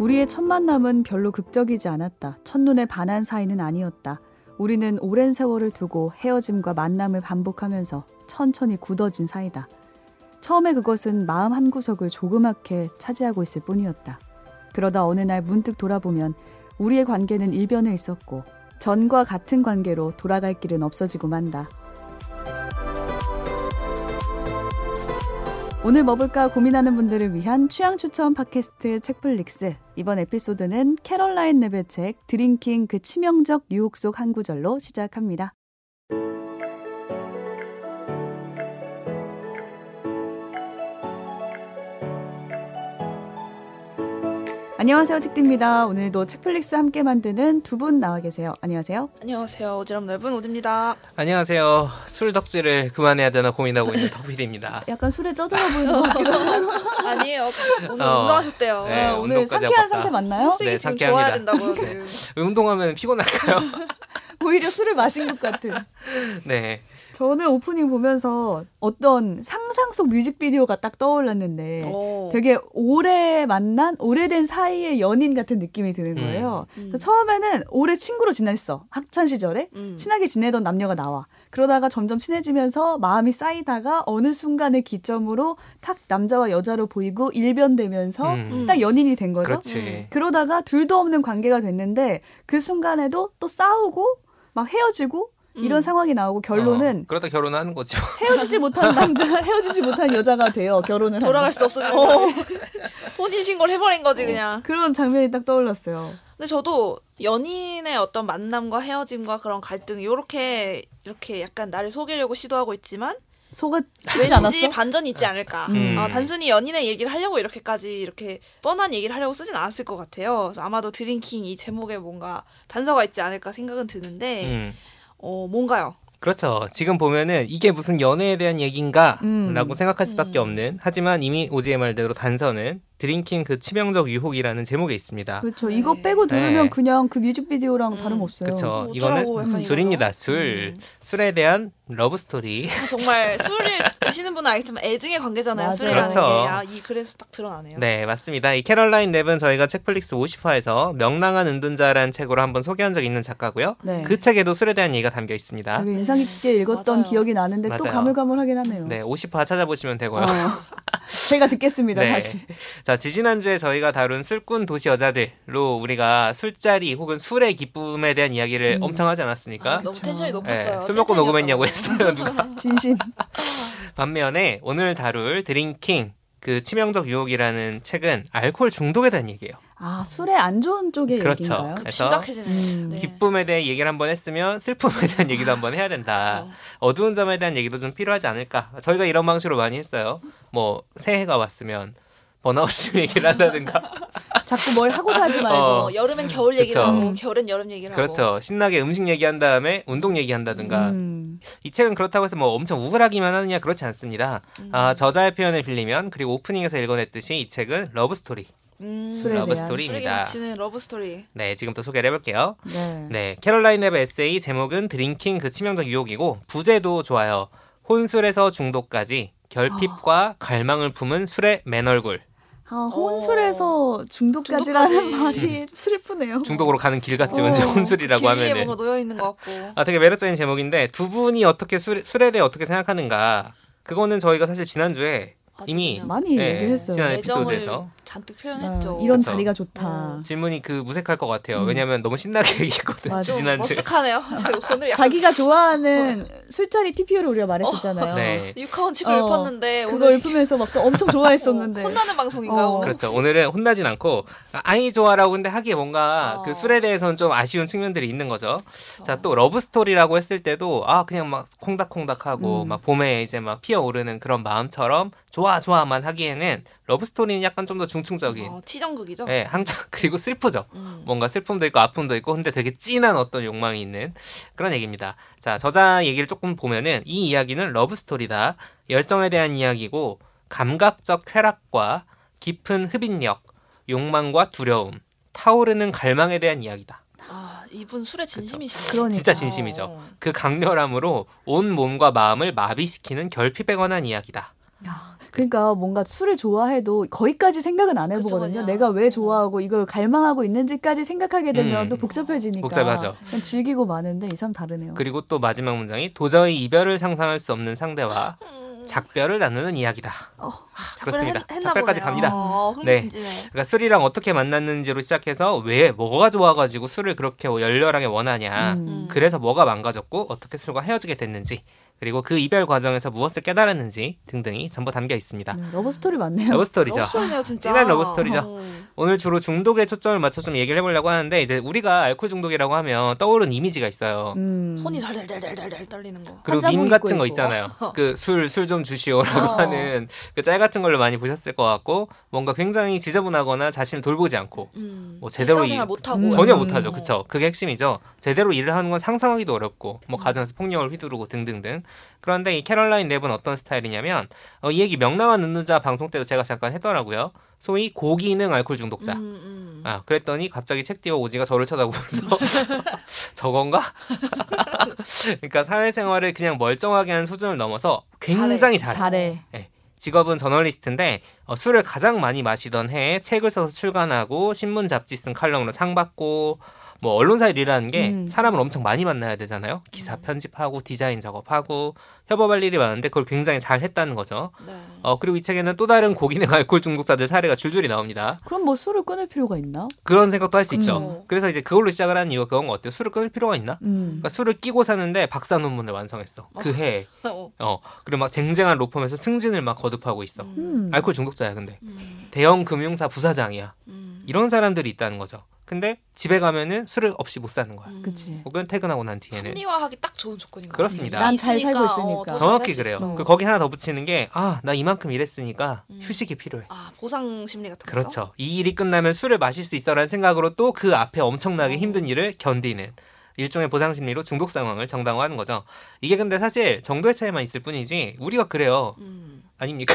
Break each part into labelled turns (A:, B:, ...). A: 우리의 첫 만남은 별로 극적이지 않았다. 첫눈에 반한 사이는 아니었다. 우리는 오랜 세월을 두고 헤어짐과 만남을 반복하면서 천천히 굳어진 사이다. 처음에 그것은 마음 한 구석을 조그맣게 차지하고 있을 뿐이었다. 그러다 어느 날 문득 돌아보면 우리의 관계는 일변에 있었고 전과 같은 관계로 돌아갈 길은 없어지고 만다. 오늘 뭐 볼까 고민하는 분들을 위한 취향 추천 팟캐스트 책플릭스. 이번 에피소드는 캐럴라인 랩의 책 드링킹 그 치명적 유혹 속 한 구절로 시작합니다. 안녕하세요, 책디입니다. 오늘도 책플릭스 함께 만드는 두 분 나와 계세요. 안녕하세요.
B: 안녕하세요. 오지랖 넓은 오지입니다.
C: 안녕하세요. 술 덕질을 그만해야 되나 고민하고 있는 덕필입니다.
A: 약간 술에 쩌들어 보이는 것 같기도 하고.
B: 아니에요. 오늘
C: 어.
B: 운동하셨대요.
C: 네,
A: 아, 오늘
C: 운동까지
A: 상쾌한
C: 해봤다.
A: 상태 맞나요?
B: 혈색이
C: 네,
B: 지금
C: 상쾌합니다.
B: 좋아야 된다고요. 지금.
C: 왜 운동하면 피곤할까요?
A: 오히려 술을 마신 것 같은.
C: 네.
A: 저는 오프닝 보면서 어떤 상상 속 뮤직비디오가 딱
C: 네.
A: 떠올랐는데
B: 오.
A: 되게 오래 만난 오래된 사이의 연인 같은 느낌이 드는 거예요.
B: 음.
A: 그래서 처음에는 오래 친구로 지냈어 학창 시절에
B: 음.
A: 친하게 지내던 남녀가 나와 그러다가 점점 친해지면서 마음이 쌓이다가 어느 순간의 기점으로 탁 남자와 여자로 보이고 일변되면서
C: 음,
A: 딱 연인이 된 거죠. 음.
C: 그렇지.
A: 그러다가 둘도 없는 관계가 됐는데 그 순간에도 또 싸우고 막 헤어지고 이런
B: 음.
A: 상황이 나오고 결론은
C: 어, 그러다 결혼하는 거죠.
A: 헤어지지 못한 남자, 헤어지지 못한 여자가 돼요. 결혼을
B: 돌아갈
A: 하면.
B: 수 없어지는 혼인 신고를 해버린
C: 어.
B: 거지 그냥.
A: 그런 장면이 딱 떠올랐어요.
B: 근데 저도 연인의 어떤 만남과 헤어짐과 그런 갈등 요렇게 이렇게 약간 나를 속이려고 시도하고 있지만
A: 속아 죽지
B: 왠지
A: 않았어?
B: 반전이 있지 않을까.
A: 음.
B: 아, 단순히 연인의 얘기를 하려고 이렇게까지 이렇게 뻔한 얘기를 하려고 쓰진 않았을 것 같아요. 그래서 아마도 드링킹 이 제목에 뭔가 단서가 있지 않을까 생각은 드는데
C: 음.
B: 어 뭔가요?
C: 그렇죠. 지금 보면은 이게 무슨 연애에 대한 얘기인가?
A: 음.
C: 라고 생각할 수밖에
B: 음.
C: 없는. 하지만 이미 오지의 말대로 단서는 드링킹 그 치명적 유혹이라는 제목에 있습니다.
A: 그렇죠.
B: 네.
A: 이거 빼고 들으면
C: 네.
A: 그냥 그 뮤직비디오랑
B: 음,
A: 다름없어요.
C: 그렇죠.
B: 뭐 어쩌라고 약간
C: 이거는
B: 이거죠?
C: 술입니다. 술.
B: 음. 아,
C: 술에 대한 러브 스토리.
B: 정말 술을 드시는 분은 알겠지만 애증의 관계잖아요.
A: 맞아요.
B: 술이라는
C: 그렇죠.
B: 게. 아, 이 글에서 딱 드러나네요.
C: 네, 맞습니다. 이 캐럴라인 랩은 저희가 책플릭스 50화에서 명랑한 은둔자라는 책으로 한번 소개한 적 있는 작가고요.
A: 네.
C: 그 책에도 술에 대한 얘기가 담겨 있습니다.
B: 그렇죠.
A: 되게 인상 깊게 읽었던
B: 맞아요.
A: 기억이 나는데 또
C: 맞아요.
A: 가물가물하긴 하네요.
C: 네, 50화 찾아보시면 되고요.
A: 어. 제가 듣겠습니다.
C: 네.
A: 다시.
C: 자, 지지난주에 저희가 다룬 술꾼 도시 여자들로 우리가 술자리 혹은 술의 기쁨에 대한 이야기를
A: 음.
C: 엄청 하지 않았습니까?
B: 아, 너무
A: 그렇죠.
B: 텐션이 높았어요.
C: 그러니까 네, 술 먹고 녹음했냐고
B: 찐텐이었다고.
C: 했어요. 누가.
A: 진심.
C: 반면에 오늘 다룰 드링킹 그 치명적 유혹이라는 책은 알코올 중독에 대한 얘기예요.
A: 아 술에 안 좋은 쪽의
C: 그렇죠.
A: 얘기인가요?
C: 그- 그래서
B: 심각해지네요.
A: 음.
B: 네.
C: 기쁨에 대해 얘기를 한번 했으면 슬픔에 대한 얘기도 한번 해야 된다.
B: 그렇죠.
C: 어두운 점에 대한 얘기도 좀 필요하지 않을까. 저희가 이런 방식으로 많이 했어요. 뭐 새해가 왔으면 번아웃 얘기를 한다든가.
A: 자꾸 뭘 하고자 하지 말고.
C: 어.
B: 어, 여름엔 겨울 얘기를
C: 그렇죠.
B: 하고 겨울엔 여름 얘기를 하고.
C: 그렇죠. 신나게 음식 얘기한 다음에 운동 얘기한다든가.
A: 음.
C: 이 책은 그렇다고 해서 뭐 엄청 우울하기만 하느냐 그렇지 않습니다.
B: 음.
C: 아 저자의 표현을 빌리면 그리고 오프닝에서 읽어냈듯이 이 책은 러브 스토리.
B: 음.
A: 술에
C: 러브
A: 대한.
B: 술에게
C: 스토리입니다.
B: 미치는 러브 스토리.
C: 네, 지금부터 소개를 해볼게요.
B: 음.
A: 네.
C: 네, 캐롤라인 랩 에세이 제목은 드링킹 그 치명적 유혹이고 부제도 좋아요. 혼술에서 중독까지
B: 아.
C: 결핍과 갈망을 품은 술의 맨 얼굴.
A: 아, 혼술에서 중독까지라는
B: 어, 중독까지.
A: 말이 좀 슬프네요.
C: 중독으로 가는 길 같지 왠지
A: 어,
C: 혼술이라고
B: 그 길 위에
C: 하면은.
B: 뭔가 놓여 있는 것 같고.
C: 아, 되게 매력적인 제목인데 두 분이 어떻게 술, 술에 대해 어떻게 생각하는가? 그거는 저희가 사실 지난주에 이미
B: 아주
A: 많이
C: 네,
A: 얘기를 했어요.
C: 지난
B: 애정을
C: 에피소드에서
B: 잔뜩
A: 아,
B: 표현했죠.
A: 이런
C: 그렇죠.
A: 자리가 좋다.
B: 어.
C: 질문이 그 무색할 것 같아요.
A: 음.
C: 왜냐면 너무 신나게 얘기했거든요.
A: 맞아.
B: 좀
C: 지난주에.
B: 머쓱하네요. 제가 오늘 약간
A: 자기가 좋아하는
B: 어.
A: 술자리 TPO를 우리가 말했었잖아요.
C: 네.
B: 유카원 칩을
A: 어,
B: 읊었는데
A: 그걸
B: 어. 네, 오늘
A: 읊으면서 막 또 엄청 좋아했었는데.
B: 어, 혼나는 방송인가
A: 어.
B: 오늘?
C: 그렇죠. 오늘은 혼나진 않고 아, 아이 좋아라고 근데 하기에 뭔가
B: 어.
C: 그 술에 대해서는 좀 아쉬운 측면들이 있는 거죠.
A: 어.
B: 그렇죠.
C: 자 또 러브 스토리라고 했을 때도 아 그냥 막 콩닥콩닥하고
A: 음.
C: 막 봄에 이제 막 피어오르는 그런 마음처럼 좋아 좋아만 하기에는 러브 스토리는 약간 좀 더 중층적인
B: 어, 치정극이죠.
C: 예 항상 그리고 슬프죠.
B: 음.
C: 뭔가 슬픔도 있고 아픔도 있고 근데 되게 진한 어떤 욕망이 있는 그런 얘기입니다. 자 저자 얘기를 조금 보면은 이 이야기는 러브 스토리다. 열정에 대한 이야기고 감각적 쾌락과 깊은 흡인력, 욕망과 두려움, 타오르는 갈망에 대한 이야기다.
B: 아 이분 술에 진심이시네.
A: 그러니까.
C: 그렇죠. 진짜 진심이죠.
B: 어.
C: 그 강렬함으로 온 몸과 마음을 마비시키는 결핍에 관한 이야기다.
A: 그러니까 뭔가 술을 좋아해도 거기까지 생각은 안
B: 그쵸,
A: 해보거든요.
B: 그냥. 음.
A: 내가 왜 좋아하고 이걸 갈망하고 있는지까지 생각하게 되면
C: 음.
A: 또 복잡해지니까
C: 복잡하죠.
A: 그냥 즐기고 마는데 이 사람 다르네요.
C: 그리고 또 마지막 문장이 도저히 이별을 상상할 수 없는 상대와 작별을 나누는 이야기다.
A: 어,
B: 작별을
C: 그렇습니다.
B: 음, 했, 했나
C: 작별까지
B: 보네요.
C: 갑니다.
B: 어,
C: 네.
B: 흥미진진해.
C: 그러니까 술이랑 어떻게 만났는지로 시작해서 왜 뭐가 좋아가지고 술을 그렇게 열렬하게 원하냐.
A: 음.
C: 그래서 뭐가 망가졌고 어떻게 술과 헤어지게 됐는지 그리고 그 이별 과정에서 무엇을 깨달았는지 등등이 전부 담겨 있습니다.
A: 음, 러브 스토리 맞네요.
C: 러브 스토리죠.
B: 러브스토리네요 진짜.
C: 진한 러브스토리죠.
B: 어.
C: 오늘 주로 중독에 초점을 맞춰 좀 얘기를 해보려고 하는데 이제 우리가 알코올 중독이라고 하면 떠오른 이미지가 있어요.
A: 음.
B: 손이 달달달달달 떨리는 거.
C: 그리고
A: 한자봉
C: 밈
A: 입고
C: 같은 거
A: 있고.
C: 있잖아요. 그 술 술 좀 주시오라고
B: 어.
C: 하는 그 짤 같은 걸로 많이 보셨을 것 같고 뭔가 굉장히 지저분하거나 자신을 돌보지 않고
B: 음.
C: 뭐 제대로
B: 일상생활
C: 이-
B: 못하고
A: 음.
C: 전혀
A: 음.
C: 못하죠. 그쵸? 그게 핵심이죠. 제대로 일을 하는 건 상상하기도 어렵고, 뭐 가정에서 폭력을 휘두르고 등등등. 그런데 이 캐럴라인 랩은 어떤 스타일이냐면, 어, 이 얘기 명랑한 눈누자 방송 때도 제가 잠깐 했더라고요. 소위 고기능 알코올 중독자.
B: 음, 음.
C: 아, 그랬더니 갑자기 책 뒤와 오지가 저를 쳐다보면서 저건가? 그러니까 사회생활을 그냥 멀쩡하게 하는 수준을 넘어서 굉장히 잘해.
A: 잘해.
B: 어.
C: 직업은 저널리스트인데 어, 술을 가장 많이 마시던 해에 책을 써서 출간하고 신문 잡지 쓴 칼럼으로 상 받고 뭐 언론사 일이라는 게
A: 음.
C: 사람을 엄청 많이 만나야 되잖아요. 기사
B: 음.
C: 편집하고 디자인 작업하고 협업할 일이 많은데 그걸 굉장히 잘 했다는 거죠.
B: 네.
C: 어 그리고 이 책에는 또 다른 고기능 알코올 중독자들 사례가 줄줄이 나옵니다.
A: 그럼 뭐 술을 끊을 필요가 있나?
C: 그런 생각도 할 수 있죠.
B: 그쵸.
C: 그래서 이제 그걸로 시작을 하는 이유가 그건 것 같아요. 술을 끊을 필요가 있나?
A: 음.
C: 그러니까 술을 끼고 사는데 박사 논문을 완성했어. 그 해에.
B: 어.
C: 어 그리고 막 쟁쟁한 로펌에서 승진을 막 거듭하고 있어.
B: 음.
A: 음.
C: 알코올 중독자야 근데.
B: 음.
C: 대형 금융사 부사장이야.
B: 음.
C: 이런 사람들이 있다는 거죠. 근데 집에 가면은 술을 없이 못 사는 거야.
B: 음.
A: 그치.
C: 혹은 퇴근하고 난 뒤에는
B: 합리화하기 딱 좋은 조건인 거
C: 네. 그렇습니다.
A: 난잘 살고
B: 어,
A: 있으니까.
C: 정확히 그래요. 그 거기 하나 더 붙이는 게 아, 나 이만큼 일했으니까
B: 음.
C: 휴식이 필요해.
B: 아 보상 심리 같은 거죠.
C: 그렇죠. 이 일이 끝나면 술을 마실 수 있어라는 생각으로 또 그 앞에 엄청나게
B: 어.
C: 힘든 일을 견디는 일종의 보상 심리로 중독 상황을 정당화하는 거죠. 이게 근데 사실 정도의 차이만 있을 뿐이지 우리가 그래요.
B: 음.
C: 아닙니까?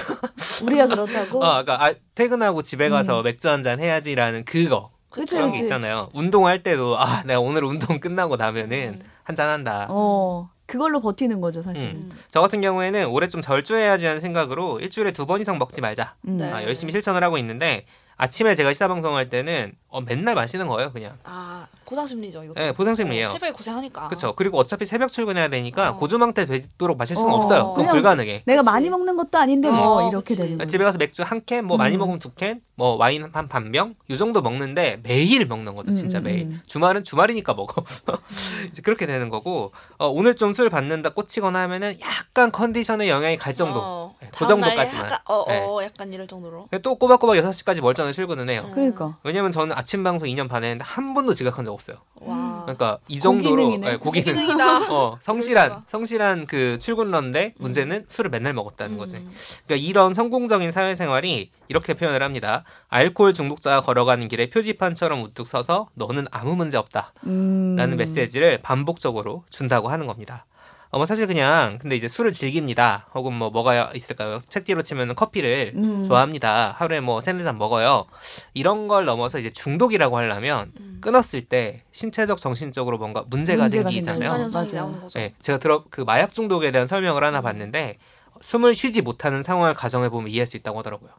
A: 우리가 그렇다고.
C: 아, 그러니까 아, 퇴근하고 집에 가서
A: 뭐. 음.
C: 맥주 한 잔 해야지라는 그거.
A: 그치,
C: 그런
A: 그치.
C: 게 있잖아요. 운동할 때도 아 내가 오늘 운동 끝나고 나면은
B: 음.
C: 한잔 한다.
A: 어, 그걸로 버티는 거죠 사실.
B: 음.
C: 저 같은 경우에는 올해 좀 절주해야지 하는 생각으로 일주일에 두 번 이상 먹지 말자.
A: 음.
B: 네.
C: 아, 열심히 실천을 하고 있는데 아침에 제가 시사 방송할 때는 어, 맨날 마시는 거예요, 그냥.
B: 아 보상 심리죠 이것도.
C: 예, 보상심리예요.
B: 어, 새벽에
A: 아.
B: 고생하니까.
C: 그렇죠. 그리고 어차피 새벽 출근해야 되니까
B: 어.
C: 고주망태 되도록 마실 수는
A: 어.
C: 없어요. 그건
A: 그냥-
C: 불가능해.
A: 내가
B: 그치.
A: 많이 먹는 것도 아닌데 뭐
B: 어,
A: 이렇게
B: 그치.
A: 되는 거죠.
C: 집에 가서 맥주 한 캔, 뭐 많이
A: 음.
C: 먹으면 두 캔, 뭐 와인 한 반 병, 요 정도 먹는데 매일 먹는 거죠, 진짜
A: 음, 음,
C: 매일.
A: 음.
C: 주말은 주말이니까 먹어.
B: 음.
C: 이제 그렇게 되는 거고 어, 오늘 좀 술 받는다 꽂히거나 하면은 약간 컨디션에 영향이 갈 정도.
B: 어,
C: 네, 그
B: 다음 날에
C: 정도까지만. 네.
B: 약간, 어, 어, 약간 이럴 정도로.
C: 근데 또 꼬박꼬박 6시까지 멀쩡히 출근을 해요.
B: 음.
A: 그러니까.
C: 왜냐면 저는 아침 방송 2년 반 했는데 한 번도 지각한 적 없어요.
A: 음.
B: 와.
C: 그러니까 이 정도로
A: 고기능이네.
C: 고기능.
B: 기능이다.
C: 어,
B: 그럴
C: 성실한
B: 수가.
C: 성실한 그 출근러인데
B: 음.
C: 문제는 술을 맨날 먹었다는 거지.
B: 음.
C: 그러니까 이런 성공적인 사회생활이 이렇게 표현을 합니다. 알코올 중독자가 걸어가는 길에 표지판처럼 우뚝 서서 너는 아무 문제 없다.
A: 음.
C: 라는 메시지를 반복적으로 준다고 하는 겁니다. 어, 뭐 사실 그냥 근데 이제 술을 즐깁니다. 혹은 뭐 뭐가 있을까요? 책 뒤로 치면 커피를
A: 음.
C: 좋아합니다. 하루에 뭐 세네 잔 먹어요. 이런 걸 넘어서 이제 중독이라고 하려면
B: 음.
C: 끊었을 때 신체적 정신적으로 뭔가 문제가,
A: 문제가
B: 정상
C: 생기잖아요.
A: 생기죠.
B: 현상이
A: 맞아요.
B: 나오는 거죠.
C: 네, 제가 들어 그 마약 중독에 대한 설명을 하나 봤는데 숨을 쉬지 못하는 상황을 가정해 보면 이해할 수 있다고 하더라고요.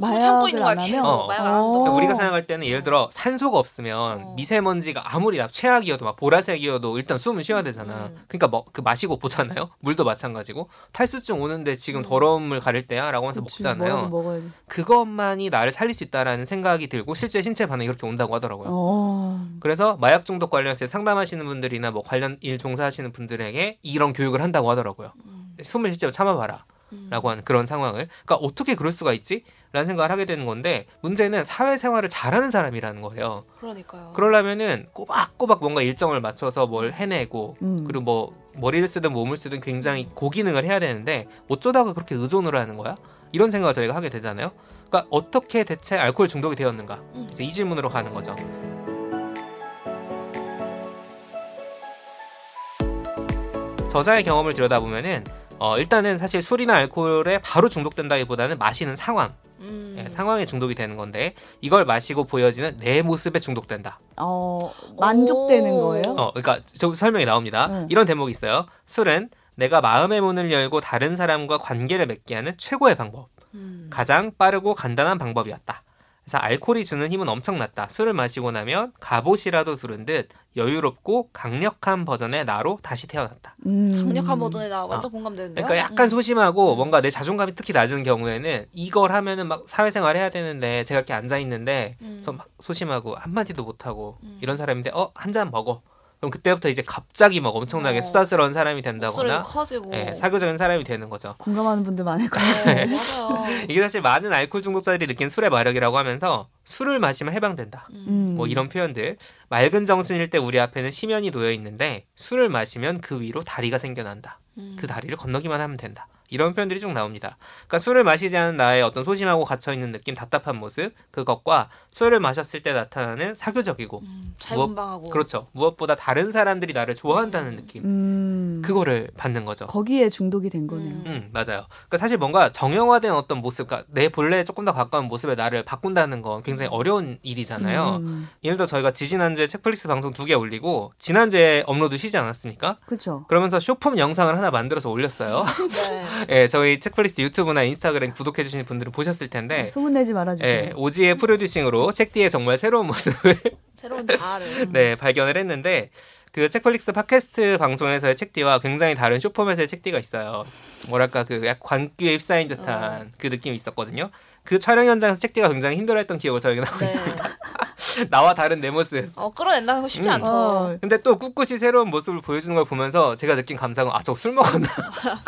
B: 숨 참고 있는 거야
A: 마약을 안 하면?
B: 계속
C: 어.
B: 마약 안 하는
A: 어.
C: 그러니까
B: 동안.
C: 우리가 생각할 때는 예를 들어 산소가 없으면
B: 어.
C: 미세먼지가 아무리 나 최악이어도 막 보라색이어도 일단 숨을 쉬어야 되잖아.
B: 음.
C: 그러니까 뭐 그 마시고 보잖아요. 물도 마찬가지고 탈수증 오는데 지금
B: 음.
C: 더러움을 가릴 때야라고 하면서
A: 그치, 뭐라도
C: 먹잖아요.
A: 먹어야지.
C: 그것만이 나를 살릴 수 있다라는 생각이 들고 실제 신체 반응이 그렇게 온다고 하더라고요.
A: 어.
C: 그래서 마약 중독 관련해서 상담하시는 분들이나 뭐 관련 일 종사하시는 분들에게 이런 교육을 한다고 하더라고요.
B: 음.
C: 숨을 실제로 참아봐라.
B: 음.
C: 라고 하는 그런 상황을 그러니까 어떻게 그럴 수가 있지? 라는 생각을 하게 되는 건데 문제는 사회생활을 잘하는 사람이라는 거예요.
B: 그러니까요.
C: 그러려면은 꼬박꼬박 뭔가 일정을 맞춰서 뭘 해내고
A: 음.
C: 그리고 뭐 머리를 쓰든 몸을 쓰든 굉장히 고기능을 해야 되는데 어쩌다가 그렇게 의존을 하는 거야? 이런 생각을 저희가 하게 되잖아요. 그러니까 어떻게 대체 알코올 중독이 되었는가?
B: 음.
C: 이제 이 질문으로 가는 거죠. 저자의 경험을 들여다보면은 어, 일단은 사실 술이나 알코올에 바로 중독된다기보다는 마시는 상황,
B: 음.
C: 예, 상황에 중독이 되는 건데 이걸 마시고 보여지는 내 모습에 중독된다.
A: 어, 만족되는
B: 오.
A: 거예요?
C: 어, 그러니까 저 설명이 나옵니다.
B: 네.
A: 응.
C: 이런 대목이 있어요. 술은 내가 마음의 문을 열고 다른 사람과 관계를 맺게 하는 최고의 방법.
B: 음.
C: 가장 빠르고 간단한 방법이었다. 그래서 알코올이 주는 힘은 엄청났다. 술을 마시고 나면 갑옷이라도 두른 듯 여유롭고 강력한 버전의 나로 다시 태어났다.
A: 음.
B: 강력한 버전에 나 완전 공감되는데요.
C: 어.
B: 음.
C: 그러니까 약간 소심하고 뭔가 내 자존감이 특히 낮은 경우에는 이걸 하면은 막 사회생활 해야 되는데 제가 이렇게 앉아 있는데
B: 음.
C: 그래서 막 소심하고 한마디도 못하고
B: 음.
C: 이런 사람인데 어 한 잔 먹어 그럼 그때부터 이제 갑자기 막 엄청나게
B: 어.
C: 수다스러운 사람이
B: 목소리도
C: 된다거나
B: 커지고. 어.
C: 예, 사교적인 사람이 되는 거죠
A: 공감하는 분들 많을 거예요.
B: 네, 맞아요.
C: 이게 사실 많은 알코올 중독자들이 느낀 술의 마력이라고 하면서 술을 마시면 해방된다
B: 음.
A: 음.
C: 뭐 이런 표현들 맑은 정신일 때 우리 앞에는 심연이 놓여 있는데 술을 마시면 그 위로 다리가 생겨난다
B: 음.
C: 그 다리를 건너기만 하면 된다. 이런 표현들이 쭉 나옵니다. 그러니까 술을 마시지 않은 나의 어떤 소심하고 갇혀 있는 느낌, 답답한 모습, 그것과 술을 마셨을 때 나타나는 사교적이고
B: 음, 자유분방하고.
C: 그렇죠. 무엇보다 다른 사람들이 나를 좋아한다는 느낌.
A: 음.
C: 그거를 받는 거죠.
A: 거기에 중독이 된 거네요.
B: 음.
C: 음, 맞아요. 그러니까 사실 뭔가 정형화된 어떤 모습, 그러니까 내 본래에 조금 더 가까운 모습의 나를 바꾼다는 건 굉장히 어려운 일이잖아요.
A: 음.
C: 예를 들어 저희가 지지난주에 책플릭스 방송 두 개 올리고 지난주에 업로드 쉬지 않았습니까?
A: 그렇죠.
C: 그러면서 쇼폼 영상을 하나 만들어서 올렸어요.
B: 네.
C: 예, 저희 책플릭스 유튜브나 인스타그램 구독해주신 분들은 보셨을
A: 음,
C: 텐데,
A: 소문내지 말아주세요.
C: 예, 오지의 프로듀싱으로 책디의 정말 새로운 모습을
B: 새로운 자아를.
C: 네, 발견을 했는데, 그 책플릭스 팟캐스트 방송에서의 책디와 굉장히 다른 쇼폼에서의 책디가 있어요. 뭐랄까, 그 약 관귀에 휩싸인 듯한 그 느낌이 있었거든요. 그 촬영 현장에서 책디가 굉장히 힘들어했던 기억을 저희가 나고 있어요.
B: 네.
C: 나와 다른 내 모습.
B: 어, 끌어낸다는 거 쉽지
C: 음.
B: 않죠.
A: 어,
C: 근데 또 꿋꿋이 새로운 모습을 보여주는 걸 보면서 제가 느낀 감상은 아, 저 술 먹었나?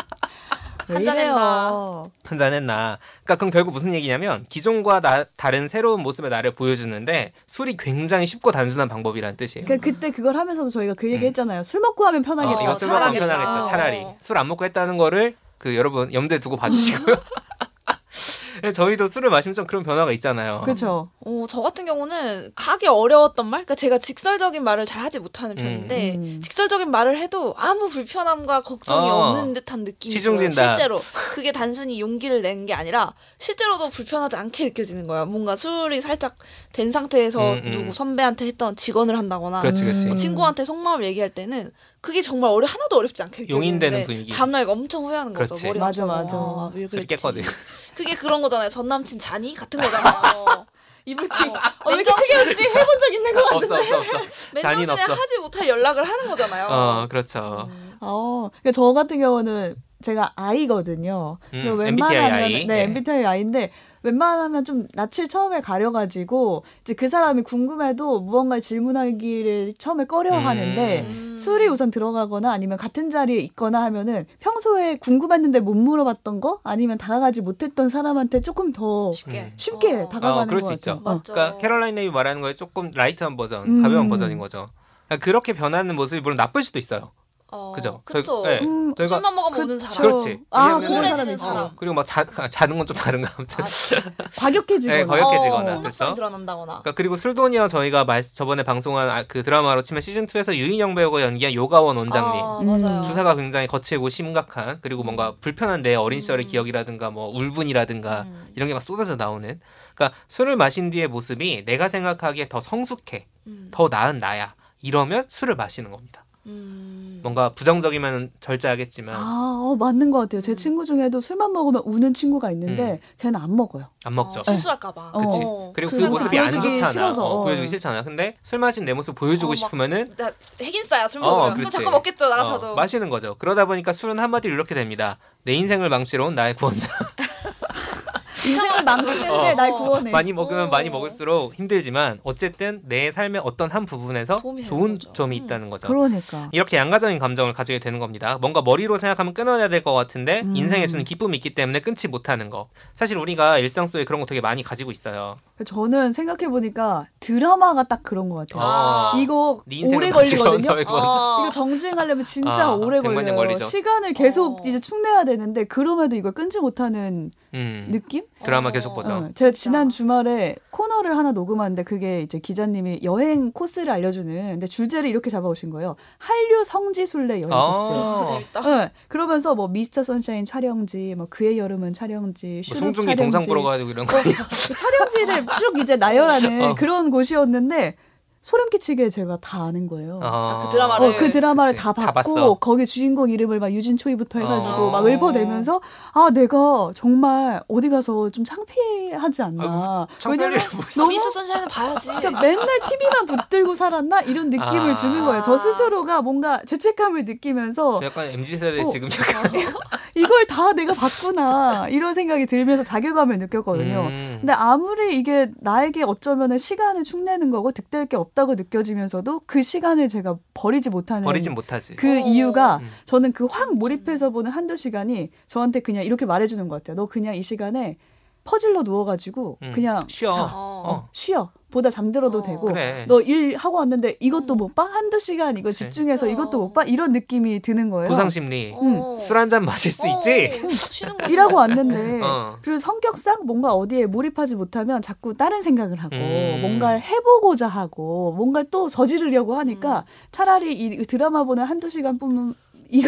A: 왜
B: 한잔
A: 이래요?
B: 했나?
C: 판단했나. 그러니까 그럼 결국 무슨 얘기냐면 기존과 나- 다른 새로운 모습의 나를 보여주는데 술이 굉장히 쉽고 단순한 방법이라는 뜻이에요.
A: 그, 그때 그걸 하면서도 저희가 그
C: 음.
A: 얘기했잖아요. 술 먹고 하면 편하겠다.
C: 어,
B: 어,
C: 이거 술 먹으면
B: 편하겠다.
C: 편하겠다. 차라리
B: 어.
C: 술 안 먹고 했다는 거를 그 여러분 염두에 두고 봐주시고요. 네, 저희도 술을 마시면 좀 그런 변화가 있잖아요.
A: 그렇죠.
B: 어, 저 같은 경우는 하기 어려웠던 말? 그러니까 제가 직설적인 말을 잘 하지 못하는
C: 음.
B: 편인데,
A: 음.
B: 직설적인 말을 해도 아무 불편함과 걱정이
C: 어.
B: 없는 듯한 느낌이 들어요.
C: 시중진다.
B: 실제로 그게 단순히 용기를 낸 게 아니라 실제로도 불편하지 않게 느껴지는 거야. 뭔가 술이 살짝 된 상태에서
C: 음, 음.
B: 누구 선배한테 했던 직원을 한다거나
C: 그렇지, 그렇지.
A: 어,
B: 뭐 친구한테 속마음을 얘기할 때는 그게 정말 어려 하나도 어렵지 않게 느껴지는데
C: 용인되는 분위기.
B: 다음날 이거 엄청 후회하는 거죠.
C: 그렇지.
B: 머리
A: 맞아,
B: 감싸고,
A: 맞아.
B: 아, 왜
C: 술이
B: 그랬지?
C: 깼거든.
B: 그게 그런 거잖아요. 전 남친 자니 같은
C: 어.
B: 거잖아요.
A: 이불킥.
B: 어,
A: 어, 이렇게 크게 웃지? 해본 적 있는 것 같은데.
C: 없어, 없어, 없어. 잔인
B: 맨정신에
C: 없어.
B: 하지 못할 연락을 하는 거잖아요.
C: 어, 그렇죠.
B: 음.
A: 어, 그러니까 저 같은 경우는 제가 아이거든요. 그래서
C: 음,
A: 웬만하면
C: MBTI.
A: 네
C: 예.
A: MBTI 아이인데 웬만하면 좀 낯을 처음에 가려가지고 이제 그 사람이 궁금해도 무언가 질문하기를 처음에 꺼려하는데
B: 음.
A: 술이 우선 들어가거나 아니면 같은 자리에 있거나 하면은 평소에 궁금했는데 못 물어봤던 거 아니면 다가가지 못했던 사람한테 조금 더
B: 쉽게
C: 음.
A: 쉽게
B: 어.
A: 다가가는
C: 어, 그럴
A: 것
C: 수
A: 같아요.
C: 있죠.
A: 어.
B: 맞죠.
C: 그러니까 캐럴라인 님이 말하는 거에 조금 라이트한 버전,
A: 음.
C: 가벼운 버전인 거죠. 그러니까 그렇게 변하는 모습이 물론 나쁠 수도 있어요.
B: 어,
C: 그죠?
B: 그쵸.
C: 저희- 네.
A: 음,
C: 저희가
B: 술만 먹으면
A: 그쵸.
B: 우는 사람.
C: 그렇지.
A: 아,
C: 왜냐면은-
A: 그런
B: 우울해지는
A: 사람이죠.
B: 사람.
C: 그리고 막 자, 아, 자는 건 좀 다른가 아무튼.
B: 아,
A: 과격해지거나.
C: 네, 그렇죠. 과격해지거나.
A: 어.
B: 폭력성이
C: 그렇죠?
B: 아, 드러난다거나.
C: 그러니까 그리고 술도니어 저희가 말- 저번에 방송한 아, 그 드라마로 치면 시즌 2에서 유인영 배우가 연기한 요가원 그러니까 원장님.
B: 아,
A: 음.
B: 맞아요.
C: 주사가 굉장히 거칠고 심각한 그리고 뭔가 불편한 내 어린 시절의
B: 음.
C: 기억이라든가 뭐 울분이라든가
B: 음.
C: 이런 게 막 쏟아져 나오는 그러니까 술을 마신 뒤의 모습이 내가 생각하기에 더 성숙해
B: 음.
C: 더 나은 나야 이러면 술을 마시는 겁니다
B: 음.
C: 뭔가 부정적이면 절제하겠지만
A: 아, 어, 맞는 것 같아요. 제
B: 음.
A: 친구 중에도 술만 먹으면 우는 친구가
C: 음.
A: 있는데 걔는 안 먹어요.
C: 안 먹죠
B: 어, 실수할까봐.
A: 그치.
B: 어,
C: 그리고 그
A: 그
C: 모습이 안
A: 보여주기
C: 좋잖아
A: 싫어서,
C: 어,
A: 어.
C: 보여주기 싫잖아 근데 술 마신 내 모습 보여주고
B: 어, 막
C: 싶으면은
B: 나 핵인싸야 술
C: 어,
B: 먹으면. 그럼
C: 그렇지.
B: 자꾸 먹겠죠 나가서도.
C: 어, 마시는 거죠. 그러다 보니까 술은 한마디로 이렇게 됩니다. 내 인생을 망치러 온 나의 구원자.
A: 인생을 망치는데
C: 어.
A: 날
B: 네.
A: 구원해.
C: 많이 먹으면
B: 오.
C: 많이 먹을수록 힘들지만 어쨌든 내 삶의 어떤 한 부분에서
B: 도움이 되는
C: 좋은
B: 거죠.
C: 점이
B: 음.
C: 있다는 거죠.
A: 그러니까.
C: 이렇게 양가적인 감정을 가지게 되는 겁니다. 뭔가 머리로 생각하면 끊어야 될 것 같은데
A: 음.
C: 인생에 주는 기쁨이 있기 때문에 끊지 못하는 거. 사실 우리가 일상 속에 그런 거 되게 많이 가지고 있어요.
A: 저는 생각해 보니까 드라마가 딱 그런 것 같아요.
C: 아.
A: 이거
C: 네 인생을
A: 오래
C: 망치러 온
A: 걸리거든요.
C: 나의 구원자.
B: 아. 어.
A: 이거 정주행하려면 진짜
C: 아,
A: 오래
C: 백만 년
A: 걸려요.
C: 걸리죠.
A: 시간을 계속
B: 어.
A: 이제 축내야 되는데 그럼에도 이걸 끊지 못하는
C: 음.
A: 느낌?
C: 드라마
B: 맞아.
C: 계속 보죠. 맞아.
A: 어, 제가 지난 주말에 코너를 하나 녹음하는데 그게 이제 기자님이 여행 코스를 알려주는 근데 주제를 이렇게 잡아오신 거예요. 한류 성지순례 여행 코스.
B: 어,
C: 뭐
B: 재밌다.
A: 네, 그러면서 뭐 미스터 선샤인 촬영지, 뭐 그의 여름은 촬영지, 슈룹
C: 뭐 송중기
A: 촬영지, 어.
C: 동상 보러 가야 되고 이런 거.
A: 그 촬영지를 쭉 이제 나열하는
C: 어.
A: 그런 곳이었는데 소름 끼치게 제가 다 아는 거예요.
B: 그 드라마를.
A: 어, 그 드라마를
C: 그치.
A: 다
C: 다
A: 봤고
C: 봤어.
A: 거기 주인공 이름을 막 유진초이부터 해가지고
C: 어.
A: 막 읊어대면서 아 내가 정말 어디 가서 좀 창피하지 않나
C: 창피할
A: 왜냐면
C: 일이 뭐 있어.
A: 너무
B: 미스 선샤인은 봐야지.
A: 그러니까 맨날 TV만 붙들고 살았나 이런 느낌을
C: 아.
A: 주는 거예요. 저 스스로가 뭔가 죄책감을 느끼면서
C: 저 약간 mz 세대
A: 어.
C: 지금 약간
A: 이걸 다 내가 봤구나 이런 생각이 들면서 자괴감을 느꼈거든요.
C: 음.
A: 어, 근데 아무리 이게 나에게 어쩌면 시간을 축내는 거고 득될 게 없다고 느껴지면서도 그 시간을 제가 버리지 못하는
C: 버리진 못하지.
A: 그
B: 어.
A: 이유가
C: 음.
A: 저는 그 확 몰입해서 보는 한두 시간이 저한테 그냥 이렇게 말해주는 것 같아요. 너 그냥 이 시간에 퍼질러 누워가지고
C: 음.
A: 그냥
C: 쉬어.
A: 자,
C: 어.
A: 쉬어. 보다 잠들어도
B: 어.
A: 되고
C: 그래.
A: 너 일 하고 왔는데 이것도
B: 음.
A: 못 봐? 한두 시간 이거
C: 그치.
A: 집중해서 이것도 못 봐? 이런 느낌이 드는 거예요.
C: 보상 심리.
A: 음.
C: 술 한 잔 마실 수 있지.
B: 어. 쉬는 거
A: 일하고 왔는데
C: 어.
A: 그리고 성격상 뭔가 어디에 몰입하지 못하면 자꾸 다른 생각을 하고
C: 음.
A: 뭔가를 해보고자 하고 뭔가를 또 저지르려고 하니까
B: 음.
A: 차라리 이 드라마 보는 한두 시간 뿐 이거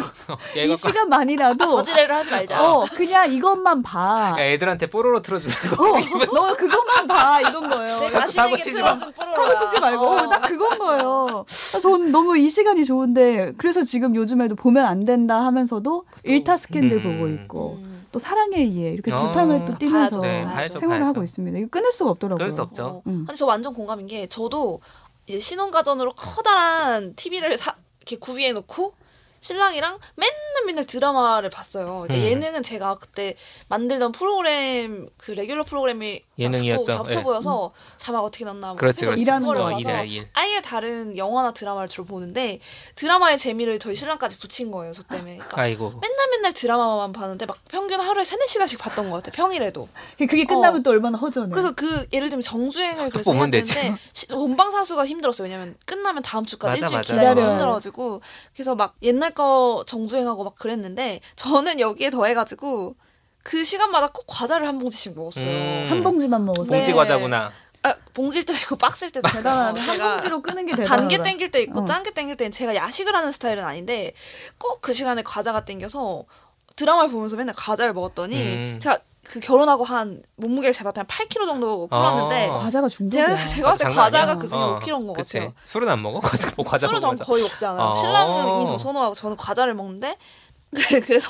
C: 야,
A: 이
C: 이거
A: 시간만이라도
B: 아, 저지레를 하지 말자. 네.
A: 어 그냥 이것만 봐.
C: 야, 애들한테 뽀로로 틀어주는 거.
A: 어, 너 그것만 봐 이건 거예요.
B: 어, 내
C: 자꾸 사고
B: 자신에게
C: 치지 마.
B: 틀어준 뽀로로.
A: 사고 치지 말고
B: 어.
A: 딱 그건 거예요. 저는 너무 이 시간이 좋은데 그래서 지금 요즘에도 보면 안 된다 하면서도 일타 스캔들
C: 음.
A: 보고 있고
B: 음.
A: 또 사랑의 이해 이렇게 두
C: 어,
A: 탕을 또 뛰면서
B: 봐야죠. 네, 봐야죠,
A: 생활을
C: 봐야죠.
A: 하고 있습니다. 이거 끊을 수가 없더라고요.
C: 그럴 수 없죠.
B: 어.
A: 음.
B: 근데 저 완전 공감인 게 저도 이제 신혼가전으로 커다란 TV를 사, 이렇게 구비해 놓고 신랑이랑 맨날 맨날 드라마를 봤어요. 그러니까
C: 음.
B: 예능은 제가 그때 만들던 프로그램 그 레귤러 프로그램이
C: 예능이었죠.
B: 자꾸 겹쳐
C: 예.
B: 보여서 자막 어떻게 났나 뭐
C: 그렇지,
B: 계속
C: 그렇지.
A: 일하는
B: 그거를
A: 거.
C: 어,
B: 봐서
C: 일이야, 일.
B: 아예 다른 영화나 드라마를 주로 보는데 드라마의 재미를 저희 신랑까지 붙인 거예요. 저 때문에. 그러니까
C: 아이고.
B: 맨날 맨날 드라마만 봤는데 막 평균 하루에 세네 시간씩 봤던 것 같아요. 평일에도.
A: 그게 끝나면 또 얼마나 허전해.
B: 어. 그래서 그 예를 들면 정주행을 그래서 해야
C: 보면
B: 되는데
C: 뭐 되지.
B: 시- 본방 사수가 힘들었어요. 왜냐면 끝나면 다음 주까지
C: 맞아,
B: 일주일
C: 맞아.
B: 기다리기
A: 기다려요.
B: 힘들어가지고 그래서 막 옛날 거 정주행하고 막 그랬는데 저는 여기에 더해가지고 그 시간마다 꼭 과자를 한 봉지씩 먹었어요.
C: 음.
A: 한 봉지만 먹었어요.
C: 봉지
B: 네.
C: 과자구나.
B: 아, 봉지일 때도 있고 박스일 때도 있고
A: 대단하네. 한
B: 제가
A: 봉지로 끄는 게 대단하다.
B: 단게 땡길 때 있고
A: 어.
B: 짠 게 땡길 때는 제가 야식을 하는 스타일은 아닌데 꼭 그 시간에 과자가 땡겨서 드라마를 보면서 맨날 과자를 먹었더니
C: 음.
B: 제가 그 결혼하고 한 몸무게를 재봤더니 한 8kg 정도 풀었는데
C: 어.
A: 과자가 중독이야.
B: 제가 제가 봤을 때
C: 장난 아니야.
B: 과자가 그 중에
C: 어,
B: 5kg인 것
C: 그치.
B: 같아요.
C: 술은 안 먹어? 과자, 뭐 과자
B: 술은 전
C: 먹으면서.
B: 거의 먹지 않아요.
C: 어.
B: 신랑은 이더 선호하고 저는 과자를 먹는데 그래- 그래서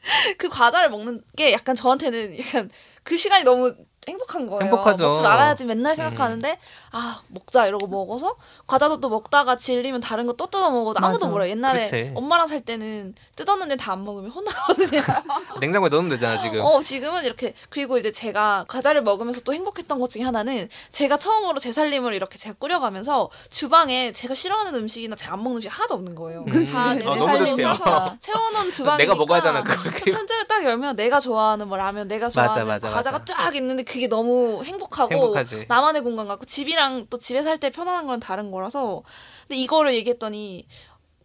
B: 그 과자를 먹는 게 약간 저한테는 약간 그 시간이 너무 행복한 거예요.
C: 행복하죠. 음.
B: 먹지 말아야지 맨날 생각하는데 아 먹자 이러고 먹어서 과자도 또 먹다가 질리면 다른 거 또 뜯어 먹어도
A: 맞아.
B: 아무도 몰라요. 옛날에
C: 그치.
B: 엄마랑 살 때는 뜯었는데 다 안 먹으면 혼나거든요.
C: 냉장고에 넣으면 되잖아, 지금.
B: 어, 지금은 이렇게 그리고 이제 제가 과자를 먹으면서 또 행복했던 것 중에 하나는 제가 처음으로 제 살림을 이렇게 제가 꾸려가면서 주방에 제가 싫어하는 음식이나 제가 안 먹는 음식이 하나도 없는 거예요.
C: 음.
B: 다내
C: 어, 너무
B: 살림을
C: 좋지요.
B: 싸서 채워놓은 주방이니까
C: 내가 먹어야 하잖아, 그걸.
B: 그 천장을 딱 열면 내가 좋아하는 뭐 라면, 내가 좋아하는
C: 맞아, 맞아,
B: 과자가
C: 맞아.
B: 쫙 있는데 그게 너무 행복하고
C: 행복하지.
B: 나만의 공간 같고 집이랑 또 집에 살 때 편안한 건 다른 거라서 근데 이거를 얘기했더니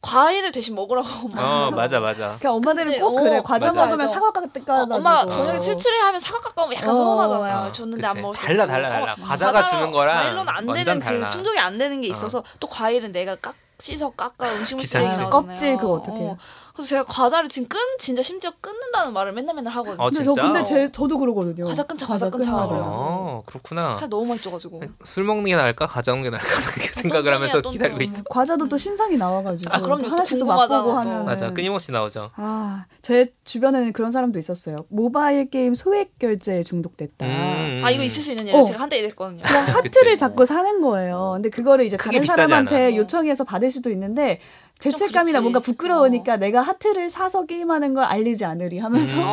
B: 과일을 대신 먹으라고 엄마가
C: 어, 맞아, 맞아.
A: 그러니까 엄마들은
B: 근데,
A: 꼭
B: 어,
A: 그래. 과자
C: 맞아,
A: 먹으면
B: 맞아.
A: 사과 깎아
B: 어, 엄마
A: 가지고.
B: 저녁에 출출해 하면 사과 깎아오면 약간
A: 어.
B: 서운하잖아요.
C: 어,
B: 줬는데
C: 그치.
B: 안 먹을 수
C: 달라,
B: 있고.
C: 달라, 달라.
B: 어,
C: 과자가 주는 거랑
B: 과일로는 안
C: 완전
B: 되는
C: 달라.
B: 그 충족이 안 되는 게
C: 어.
B: 있어서 또 과일은 내가 깎 씻어 깎아 음식물 쓰레기
C: 귀찮지.
B: 나오잖아요.
A: 껍질 그거 어떻게 해요?
B: 그래서 제가 과자를 지금 끈 진짜 심지어 끊는다는 말을 맨날 맨날 하거든요.
C: 어,
A: 근데 저
C: 진짜?
A: 근데 제 저도 그러거든요.
B: 과자 끊자, 과자 끊자.
A: 끊어야
B: 맞아.
A: 된다고.
C: 어, 그렇구나.
B: 살 너무 많이 쪄가지고.
C: 술 먹는 게 나을까? 과자 먹는 게 나을까? 이렇게 생각을
B: 똥똥이야,
C: 하면서
B: 똥똥.
C: 기다리고 있어.
A: 과자도 또 신상이 나와가지고
B: 음. 아, 그럼요. 또
A: 하나씩 또
B: 궁금하잖아,
A: 맛보고
B: 또.
A: 하면
C: 맞아, 끊임없이 나오죠.
A: 아, 제 주변에는 그런 사람도 있었어요. 모바일 게임 소액 결제에 중독됐다.
C: 음,
B: 아 이거 있을 수 있는 일이에요.
A: 어.
B: 제가 한때 이랬거든요.
A: 그냥 하트를
C: 그치.
A: 자꾸 사는 거예요. 근데 그거를 이제
C: 크게
A: 다른
C: 비싸지
A: 사람한테
B: 않아.
A: 요청해서 받을 수도 있는데 죄책감이나
B: 그렇지.
A: 뭔가
B: 어.
A: 부끄러우니까 내가 하트를 사서 게임하는 걸 알리지 않으리 하면서
B: 음.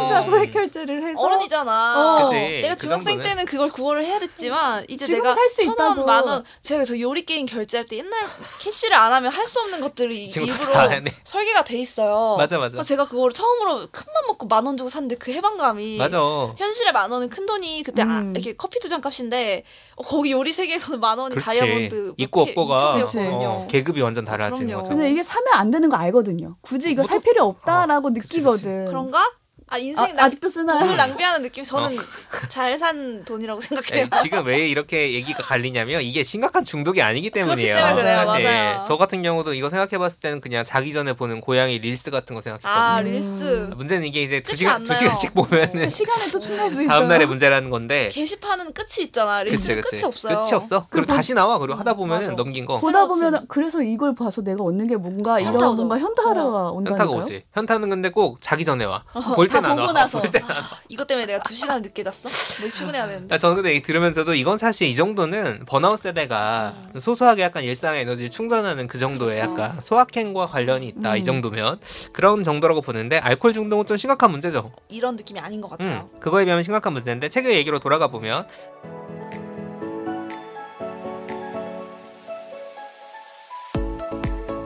A: 혼자 소액 결제를 해서
B: 어른이잖아.
A: 어. 그치.
B: 내가
C: 그
B: 중학생
C: 정도는.
B: 때는 그걸 구호를 해야 됐지만 이제
A: 지금
B: 내가
A: 살수
B: 천 원,
A: 있다고.
B: 만 원. 제가 저 요리 게임 결제할 때 옛날 캐시를 안 하면 할 수 없는 것들이 이-
C: 지금
B: 일부러
C: 다 하네.
B: 설계가 돼 있어요.
C: 맞아, 맞아.
B: 그래서 제가 그거를 처음으로 큰 맘 먹고 만 원 주고 샀는데 그 해방감이
C: 맞아.
B: 현실에 만 원은 큰 돈이 그때 아,
A: 음.
B: 이렇게 커피 두 잔 값인데 어, 거기 요리 세계에서는 만 원이 다이아몬드 뭐
C: 그렇지. 있고 없고가
A: 이천 개였거든요.
B: 네.
C: 어, 계급이 완전 달라지는
B: 아, 그럼요.
C: 거죠.
A: 근데 이게 사면 안 되는 거 알거든요. 굳이 이거 살 필요 없다라고
C: 그치,
A: 느끼거든.
B: 아, 그런가? 아 인생
A: 음. 아,
B: 나
A: 아직도
B: 돈을
A: 쓰나요?
B: 낭비하는 느낌
C: 어.
B: 저는 잘 산 돈이라고 생각해요.
C: 네, 지금 왜 이렇게 얘기가 갈리냐면 이게 심각한 중독이 아니기 때문이에요.
B: 그렇기 때문에
A: 그래요.
C: 사실
B: 맞아요.
C: 저 같은 경우도 이거 생각해봤을 때는 그냥 자기 전에 보는 고양이 릴스 같은 거 생각했거든요.
B: 아
A: 음.
B: 릴스
C: 문제는 이게 이제 두
B: 끝이
C: 시간
B: 안
C: 두
B: 나요.
C: 시간씩 보면은
A: 네. 시간에 또 충분할 수 있어요.
C: 다음 날의 문제라는 건데.
B: 게시판은 끝이 있잖아.
C: 네. 그치
B: 릴스는
C: 그치.
B: 끝이 없어요. 음,
C: 끝이 없어. 그리고
A: 보-
C: 다시 나와. 그리고 하다 보면은
B: 맞아.
C: 넘긴 거.
A: 보다
B: 새로운
A: 보면 그래서 이걸 봐서 내가 얻는 게 뭔가 이런
B: 현타 어. 오죠.
A: 뭔가 현타가 온다니까요.
C: 현타가 오지. 현타는 근데 꼭 자기 전에 와.
B: 어,
C: 볼
A: 다
C: 때는 안
A: 보고
C: 와.
A: 나서
B: 아, 이것 때문에 내가 두 시간 늦게 잤어. 내일 출근해야 되는데.
C: 아, 저는 근데 이 들으면서도 이건 사실 이 정도는 번아웃 세대가
B: 음.
C: 좀 소소하게 약간 일상의 에너지를 충전하는 그 정도의
B: 그쵸.
C: 약간 소확행과 관련이 있다
A: 음.
C: 이 정도면 그런 정도라고 보는데 알코올 중독은 좀 심각한 문제죠.
B: 이런 느낌이 아닌 것 같아요.
C: 음, 그거에 비하면 심각한 문제인데 책의 얘기로 돌아가 보면 일단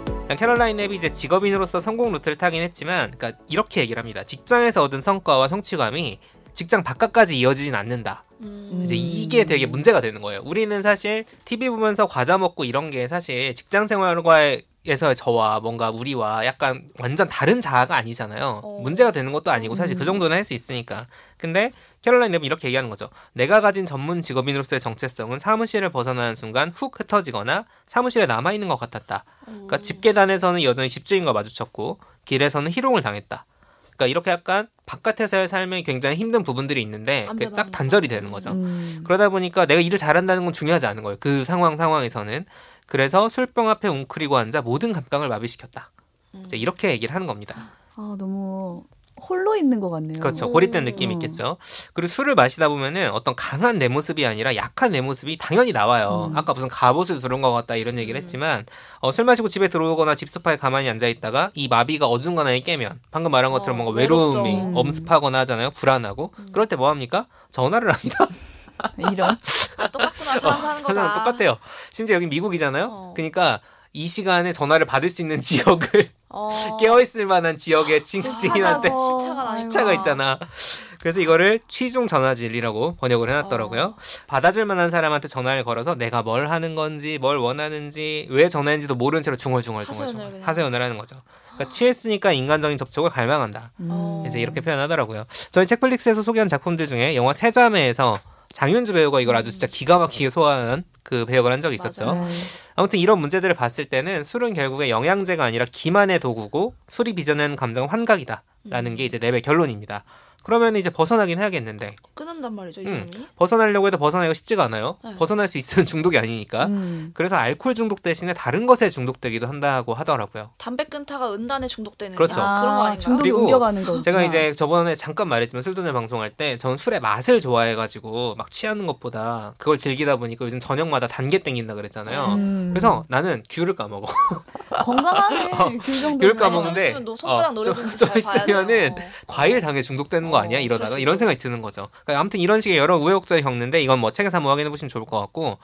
C: 그러니까 캐럴라인 랩이 이제 직업인으로서 성공 루트를 타긴 했지만 그러니까 이렇게 얘기를 합니다. 직장에서 얻은 성과와 성취감이 직장 바깥까지 이어지진 않는다.
B: 음.
C: 이제
A: 음.
C: 이게 되게 문제가 되는 거예요. 우리는 사실 TV 보면서 과자 먹고 이런 게 사실 직장 생활과에서 저와 뭔가 우리와 약간 완전 다른 자아가 아니잖아요.
B: 어.
C: 문제가 되는 것도 아니고 사실 그
A: 음.
C: 정도는 할 수 있으니까. 근데 캐롤라인 랩은 이렇게 얘기하는 거죠. 내가 가진 전문 직업인으로서의 정체성은 사무실을 벗어나는 순간 훅 흩어지거나 사무실에 남아 있는 것 같았다.
A: 음.
B: 음.
C: 그러니까 집계단에서는 여전히 집주인과 마주쳤고 길에서는 희롱을 당했다. 그러니까 이렇게 약간 바깥에서의 삶에 굉장히 힘든 부분들이 있는데
B: 안
C: 그게 딱
B: 변하는
C: 단절이
B: 거.
C: 되는 거죠.
A: 음.
C: 그러다 보니까 내가 일을 잘한다는 건 중요하지 않은 거예요. 그 상황 상황에서는. 그래서 술병 앞에 웅크리고 앉아 모든 감각을 마비시켰다.
B: 음.
C: 이제 이렇게 얘기를 하는 겁니다.
A: 아 너무 홀로 있는 것 같네요.
C: 그렇죠.
B: 음.
C: 고립된 느낌이 있겠죠. 그리고 술을 마시다 보면은 어떤 강한 내 모습이 아니라 약한 내 모습이 당연히 나와요.
A: 음.
C: 아까 무슨 갑옷을 두른 것 같다 이런 얘기를
B: 음.
C: 했지만 어, 술 마시고 집에 들어오거나 집 소파에 가만히 앉아 있다가 이 마비가 어중간하게 깨면 방금 말한 것처럼
B: 어,
C: 뭔가 외로움이
B: 외롭죠.
A: 음.
C: 엄습하거나 하잖아요. 불안하고
B: 음.
C: 그럴 때 뭐 합니까? 전화를 합니다.
A: 이런
B: 아, 똑같구나 사람 사는 거다.
C: 항상 어. 똑같아요. 심지어 여기 미국이잖아요.
B: 어.
C: 그러니까 이 시간에 전화를 받을 수 있는 지역을
B: 어.
C: 깨어 있을 만한 지역의 친,
B: 아,
C: 지인한테
A: 찾아서
B: 시차가 나요.
C: 시차가 있잖아. 그래서 이거를 취중 전화 진리라고
B: 어.
C: 번역을 해놨더라고요. 받아줄 만한 사람한테 전화를 걸어서 내가 뭘 하는 건지, 뭘 원하는지, 왜 전화했는지도 모르는 채로 중얼중얼
B: 하소연을
C: 중얼중얼
B: 그냥. 아.
C: 하소연을 하는 거죠. 그러니까 취했으니까 인간적인 접촉을 갈망한다.
B: 어.
A: 음.
C: 이제 이렇게 표현하더라고요. 저희 책플릭스에서 소개한 작품들 중에 영화 세자매에서 장윤주 배우가 이걸 아주 진짜 기가 막히게 소화한 그 배역을 한 적이 있었죠.
B: 맞아요.
A: 네.
C: 아무튼 이런 문제들을 봤을 때는 술은 결국에 영양제가 아니라 기만의 도구고 술이 빚어낸 감정 은 환각이다라는
B: 음.
C: 게 이제 랩의 결론입니다. 그러면 이제 벗어나긴 해야겠는데
B: 끊는단 말이죠 이
C: 음.
B: 사람이.
C: 벗어나려고 해도 벗어나기가 쉽지가 않아요.
B: 네.
C: 벗어날 수 있는 중독이 아니니까.
A: 음.
C: 그래서 알코올 중독 대신에 다른 것에 중독되기도 한다고 하더라고요.
B: 담배 끊다가 은단에 중독되는
C: 그렇죠.
B: 아, 그런 거
A: 아,
B: 아닌가?
A: 중독이
C: 그리고
A: 옮겨가는 거. 네.
C: 제가 이제 저번에 잠깐 말했지만 술도네 방송할 때 저는 술의 맛을 좋아해가지고 막 취하는 것보다 그걸 즐기다 보니까 요즘 저녁마다 단계 땡긴다 그랬잖아요.
A: 음.
C: 어, 그래서 어, 나는 귤을 까먹어.
A: 건강하네. 그 정도.
C: 귤
B: 아니,
C: 까먹는데,
B: 좀 있으면 노 손바닥
C: 그러니까
B: 노래
C: 어, 좀-
B: 좀,
C: 좀
B: 좀 봐야 돼요.
C: 있으면은 과일 당에 중독되는 거
B: 어,
C: 아니야?
B: 그럴
C: 이러다가
B: 수
C: 이런
B: 있죠,
C: 생각이
B: 그럴 수
C: 드는 거죠. 그러니까 아무튼 이런 식의 여러 우여곡절이 겪는데 이건 뭐 책에서 한번 확인해 보시면 좋을 것 같고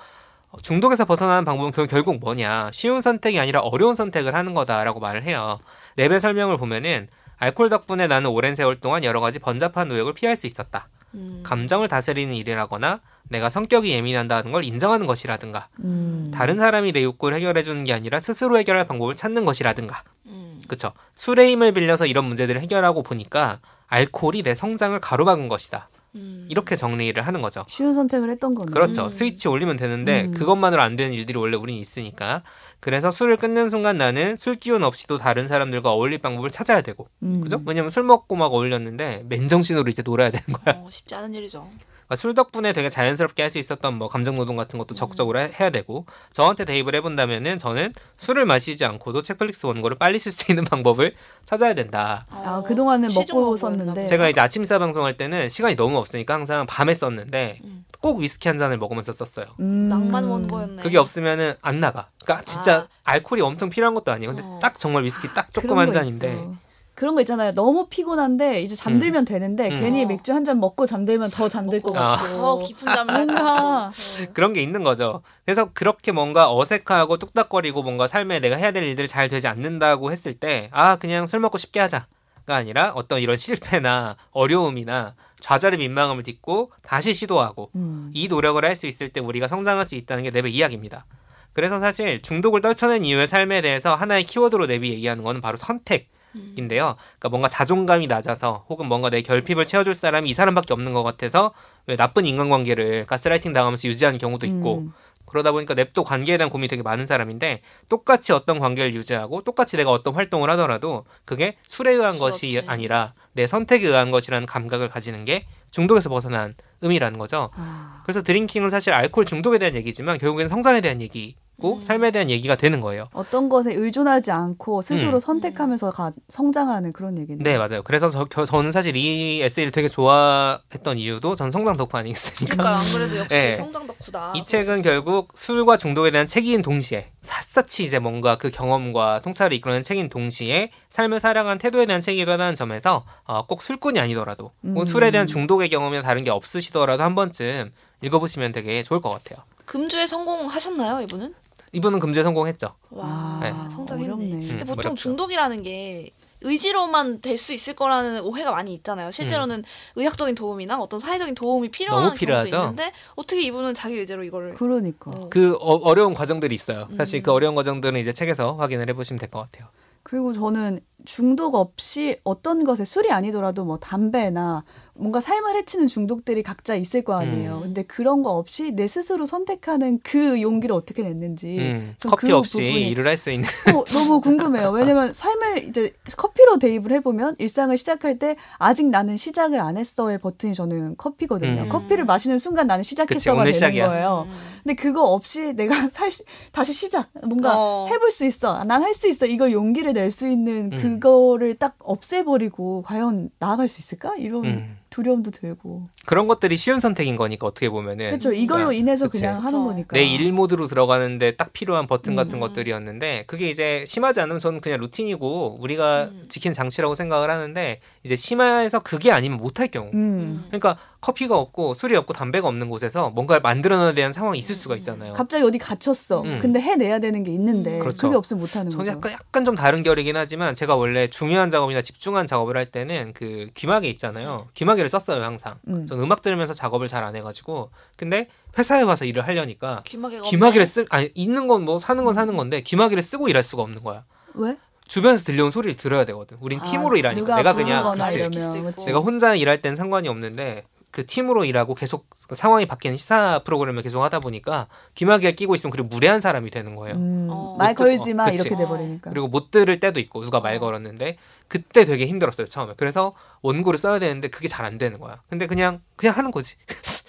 C: 어, 중독에서 벗어나는 방법은 결- 결국 뭐냐? 쉬운 선택이 아니라 어려운 선택을 하는 거다라고 말을 해요. 랩의 설명을 보면은 알코올 덕분에 나는 오랜 세월 동안 여러 가지 번잡한 노역을 피할 수 있었다.
B: 음.
C: 감정을 다스리는 일이라거나 내가 성격이 예민한다는 걸 인정하는 것이라든가
A: 음.
C: 다른 사람이 내 욕구를 해결해 주는 게 아니라 스스로 해결할 방법을 찾는 것이라든가
B: 음.
C: 그쵸 술의 힘을 빌려서 이런 문제들을 해결하고 보니까 알코올이 내 성장을 가로막은 것이다
B: 음.
C: 이렇게 정리를 하는 거죠
A: 쉬운 선택을 했던 거네.
C: 그렇죠
B: 음.
C: 스위치 올리면 되는데
A: 음.
C: 그것만으로 안 되는 일들이 원래 우린 있으니까 그래서 술을 끊는 순간 나는 술 기운 없이도 다른 사람들과 어울릴 방법을 찾아야 되고
A: 음.
C: 그죠 왜냐면 술 먹고 막 어울렸는데 맨정신으로 이제 놀아야 되는 거야
B: 어, 쉽지 않은 일이죠.
C: 그러니까 술 덕분에 되게 자연스럽게 할 수 있었던 뭐 감정 노동 같은 것도 적극적으로 해- 해야 되고 저한테 대입을 해본다면은 저는 술을 마시지 않고도 책플릭스 원고를 빨리 쓸 수 있는 방법을 찾아야 된다.
A: 아,
B: 어,
A: 그동안은 먹고
B: 시중하고
A: 썼는데.
B: 했나 보다.
A: 네.
C: 제가 이제 아침 인사 방송할 때는 시간이 너무 없으니까 항상 밤에 썼는데
B: 음.
C: 꼭 위스키 한 잔을 먹으면서 썼어요.
A: 음.
B: 낭만 원고였네.
C: 그게 없으면은 안 나가. 그러니까 진짜 알코올이 엄청 필요한 것도 아니에요. 근데
B: 어.
C: 딱 정말 위스키 딱 조금
A: 아. 그런
C: 한
A: 거
C: 잔인데
A: 있어. 그런 거 있잖아요. 너무 피곤한데 이제 잠들면 되는데
C: 음.
A: 괜히
B: 어.
A: 맥주 한 잔 먹고 잠들면 더 잠들 것
B: 먹고
A: 같고.
B: 더 깊은 잠을 어.
A: 뭔가.
C: 그런 게 있는 거죠. 그래서 그렇게 뭔가 어색하고 뚝딱거리고 뭔가 삶에 내가 해야 될 일들이 잘 되지 않는다고 했을 때, 아, 그냥 술 먹고 쉽게 하자가 아니라 어떤 이런 실패나 어려움이나 좌절의 민망함을 딛고 다시 시도하고
A: 음.
C: 이 노력을 할 수 있을 때 우리가 성장할 수 있다는 게 랩의 이야기입니다. 그래서 사실 중독을 떨쳐낸 이유의 삶에 대해서 하나의 키워드로 랩이 얘기하는 건 바로 선택. 인데요. 그러니까 뭔가 자존감이 낮아서 혹은 뭔가 내 결핍을 채워줄 사람이 이 사람밖에 없는 것 같아서 왜 나쁜 인간관계를 가스라이팅 당하면서 유지하는 경우도 있고
A: 음,
C: 그러다 보니까 냅도 관계에 대한 고민이 되게 많은 사람인데 똑같이 어떤 관계를 유지하고 똑같이 내가 어떤 활동을 하더라도 그게 술에 의한
B: 술
C: 것이
B: 없이.
C: 아니라 내 선택에 의한 것이라는 감각을 가지는 게 중독에서 벗어난 의미라는 거죠.
A: 아,
C: 그래서 드링킹은 사실 알코올 중독에 대한 얘기지만 결국엔 성장에 대한 얘기고
B: 음.
C: 삶에 대한 얘기가 되는 거예요.
A: 어떤 것에 의존하지 않고 스스로
C: 음.
A: 선택하면서 가, 성장하는 그런 얘기네요.
C: 네, 맞아요. 그래서 저, 겨- 저는 사실 이 에세이를 되게 좋아했던 이유도 전 성장 덕후 아니겠습니까?
B: 그러니까 안 그래도 역시
C: 네.
B: 성장 덕후다.
C: 이 책은 결국 술과 중독에 대한 책인 동시에 샅샅이 이제 뭔가 그 경험과 통찰을 이끌어낸 책인 동시에 삶을 살아간 태도에 대한 책이기도 하다는 점에서 어, 꼭 술꾼이 아니더라도 혹은
A: 음.
C: 술에 대한 중독의 경험이나 다른 게 없으시더라도 한 번쯤 읽어보시면 되게 좋을 것 같아요.
B: 금주에 성공하셨나요, 이분은?
C: 이분은 금주에 성공했죠.
B: 와,
C: 네.
B: 성장했네.
A: 아, 어렵네.
C: 음,
B: 근데 보통
C: 어렵죠.
B: 중독이라는 게 의지로만 될 수 있을 거라는 오해가 많이 있잖아요. 실제로는 의학적인 도움이나 어떤 사회적인 도움이 필요한
C: 음. 너무
B: 경우도
C: 필요하죠.
B: 있는데 어떻게 이분은 자기 의지로 이거를
A: 그러니까.
B: 어.
C: 그 어, 려운 과정들이 있어요. 사실
B: 음.
C: 그 어려운 과정들은 이제 책에서 확인을 해보시면 될 것 같아요.
A: 그리고 저는 중독 없이 어떤 것에 술이 아니더라도 뭐 담배나 뭔가 삶을 해치는 중독들이 각자 있을 거 아니에요.
B: 음.
A: 근데 그런 거 없이 내 스스로 선택하는 그 용기를 어떻게 냈는지
C: 음,
A: 좀
C: 커피
A: 그
C: 없이
A: 부분이-
C: 일을 할 수 있는
A: 어, 너무 궁금해요. 왜냐면 삶을 이제 커피로 대입을 해보면 일상을 시작할 때 아직 나는 시작을 안 했어의 버튼이 저는 커피거든요.
C: 음.
A: 커피를 마시는 순간 나는
C: 그치,
A: 시작했어가
C: 오늘
A: 되는
C: 시작이야.
A: 거예요.
B: 음.
A: 근데 그거 없이 내가 살 수- 다시 시작 뭔가
B: 어.
A: 해볼 수 있어. 난 할 수 있어. 이걸 용기를 낼 수 있는
C: 음.
A: 그거를 딱 없애버리고 과연 나아갈 수 있을까? 이런
C: 음.
A: 두려움도 들고.
C: 그런 것들이 쉬운 선택인 거니까 어떻게 보면은
A: 그렇죠. 이걸로
C: 그러니까,
A: 인해서
C: 그치.
A: 그냥 하는
B: 그쵸.
A: 거니까.
C: 내 일 모드로 들어가는데 딱 필요한 버튼 같은
B: 음.
C: 것들이었는데 그게 이제 심하지 않으면 저는 그냥 루틴이고 우리가
B: 음.
C: 지킨 장치라고 생각을 하는데 이제 심해서 그게 아니면 못할 경우
A: 음.
C: 그러니까 커피가 없고 술이 없고 담배가 없는 곳에서 뭔가를 만들어내야 되는 상황이 있을 수가
B: 음.
C: 있잖아요.
A: 갑자기 어디 갇혔어.
C: 음.
A: 근데 해내야 되는 게 있는데
B: 음.
A: 그
C: 그렇죠.
A: 게 없으면 못하는 거죠.
C: 저는 약간 약간 좀 다른 결이긴 하지만 제가 원래 중요한 작업이나 집중한 작업을 할 때는 그 귀마개 있잖아요. 귀마개를 썼어요 항상.
A: 음.
C: 저는 음악 들으면서 작업을 잘 안 해가지고 근데 회사에 와서 일을 하려니까
B: 귀마개가
C: 귀마개를
B: 없네.
C: 쓰 아니 있는 건 뭐 사는 건
A: 음.
C: 사는 건데 귀마개를 쓰고 일할 수가 없는 거야.
A: 왜?
C: 주변에서 들려온 소리를 들어야 되거든. 우린
A: 아,
C: 팀으로 일하니까
A: 누가
C: 내가
A: 부르거나
C: 그냥
B: 아,
C: 그치.
B: 이러면. 있고.
C: 내가 혼자 일할 땐 상관이 없는데 그 팀으로 일하고 계속 그 상황이 바뀌는 시사 프로그램을 계속 하다 보니까 귀마개를 끼고 있으면 그리고 무례한 사람이 되는 거예요.
A: 음,
B: 어.
A: 말
C: 그쵸.
A: 걸지 마
C: 그치.
A: 이렇게 돼버리니까.
C: 그리고 못 들을 때도 있고 누가
B: 어.
C: 말 걸었는데 그때 되게 힘들었어요 처음에. 그래서 원고를 써야 되는데 그게 잘 안 되는 거야. 근데 그냥 그냥 하는 거지.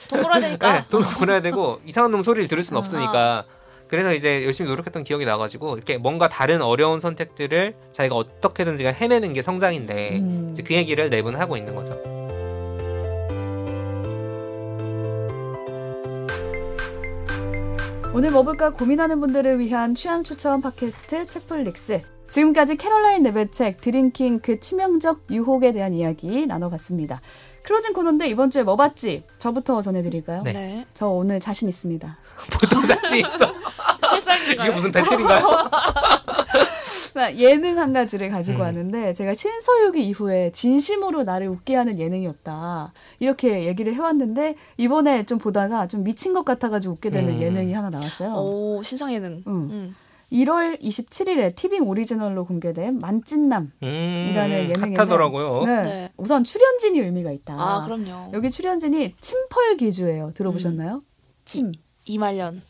B: 돈 벌어야 되니까.
A: 그러니까.
C: 네, 돈을 보내야 되고 이상한 놈 소리를 들을
A: 어.
C: 순 없으니까 그래서 이제 열심히 노력했던 기억이 나가지고 이렇게 뭔가 다른 어려운 선택들을 자기가 어떻게든지 간 해내는 게 성장인데
A: 음.
C: 이제 그 얘기를 내분 하고 있는 거죠. 그
A: 오늘 뭐 볼까 고민하는 분들을 위한 취향 추천 팟캐스트 책플릭스. 지금까지 캐롤라인 네베책 드링킹 그 치명적 유혹에 대한 이야기 나눠봤습니다. 클로징 코너인데 이번 주에 뭐 봤지? 저부터 전해드릴까요?
C: 네.
B: 네.
A: 저 오늘 자신 있습니다.
C: 보통 자신 있어. 이게
B: 필살기인가요?
C: 무슨 배틀인가요?
A: 나 그러니까 예능 한 가지를 가지고
C: 음.
A: 왔는데 제가 신서유기 이후에 진심으로 나를 웃게 하는 예능이 없다 이렇게 얘기를 해왔는데 이번에 좀 보다가 좀 미친 것 같아가지고 웃게 되는
C: 음.
A: 예능이 하나 나왔어요.
B: 오, 신상 예능.
A: 응.
B: 음.
A: 1월 27일에 티빙 오리지널로 공개된 만찢남.
C: 음,
A: 이라는 예능에는-
C: 핫하더라고요.
A: 네.
B: 네.
A: 우선 출연진이 의미가 있다.
B: 아, 그럼요.
A: 여기 출연진이 침펄 기주예요. 들어보셨나요?
C: 음.
A: 침.
B: 이말년.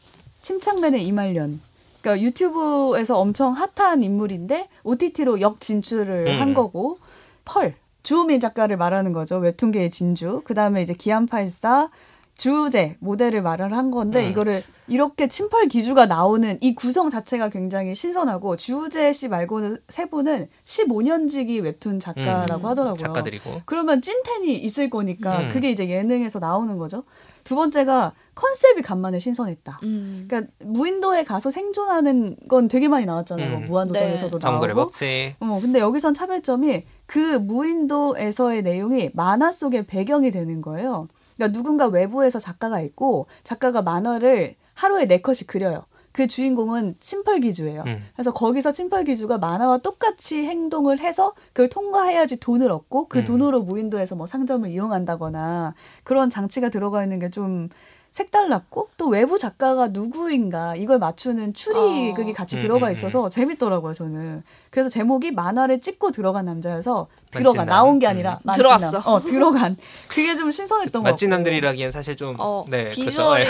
A: 침착맨의 이말년. 그러니까 유튜브에서 엄청 핫한 인물인데 OTT로 역 진출을
C: 음.
A: 한 거고 펄 주호민 작가를 말하는 거죠. 웹툰계의 진주. 그다음에 이제 기안팔사 주우재 모델을 말을 한 건데
C: 음.
A: 이거를 이렇게 침펄 기주가 나오는 이 구성 자체가 굉장히 신선하고 주우재 씨 말고는 세 분은 15년지기 웹툰 작가라고
B: 음.
A: 하더라고요.
C: 작가들이고.
A: 그러면 찐텐이 있을 거니까
C: 음.
A: 그게 이제 예능에서 나오는 거죠. 두 번째가 컨셉이 간만에 신선했다.
B: 음.
A: 그러니까 무인도에 가서 생존하는 건 되게 많이 나왔잖아요.
C: 음.
A: 뭐 무한도전에서도
C: 정글의
A: 나오고.
C: 법칙.
A: 어, 근데 여기선 차별점이 그 무인도에서의 내용이 만화 속의 배경이 되는 거예요. 그러니까 누군가 외부에서 작가가 있고 작가가 만화를 하루에 네 컷씩 그려요. 그 주인공은 침펄기주예요.
C: 음.
A: 그래서 거기서 침팔기주가 만화와 똑같이 행동을 해서 그걸 통과해야지 돈을 얻고 그
C: 음.
A: 돈으로 무인도에서 뭐 상점을 이용한다거나 그런 장치가 들어가 있는 게 좀 색달랐고 또 외부 작가가 누구인가 이걸 맞추는 추리극이
B: 어.
A: 같이
C: 음,
A: 들어가
C: 음,
A: 있어서 재밌더라고요 저는. 그래서 제목이 만화를 찍고 들어간 남자여서 들어가
C: 만찢남.
A: 나온 게 아니라
C: 음.
A: 만찢남.
B: 들어갔어.
A: 어 들어간 그게 좀 신선했던 것 같고.
C: 맛진남들이라기엔 사실 좀
B: 어,
C: 네, 그렇죠.
B: 비주얼이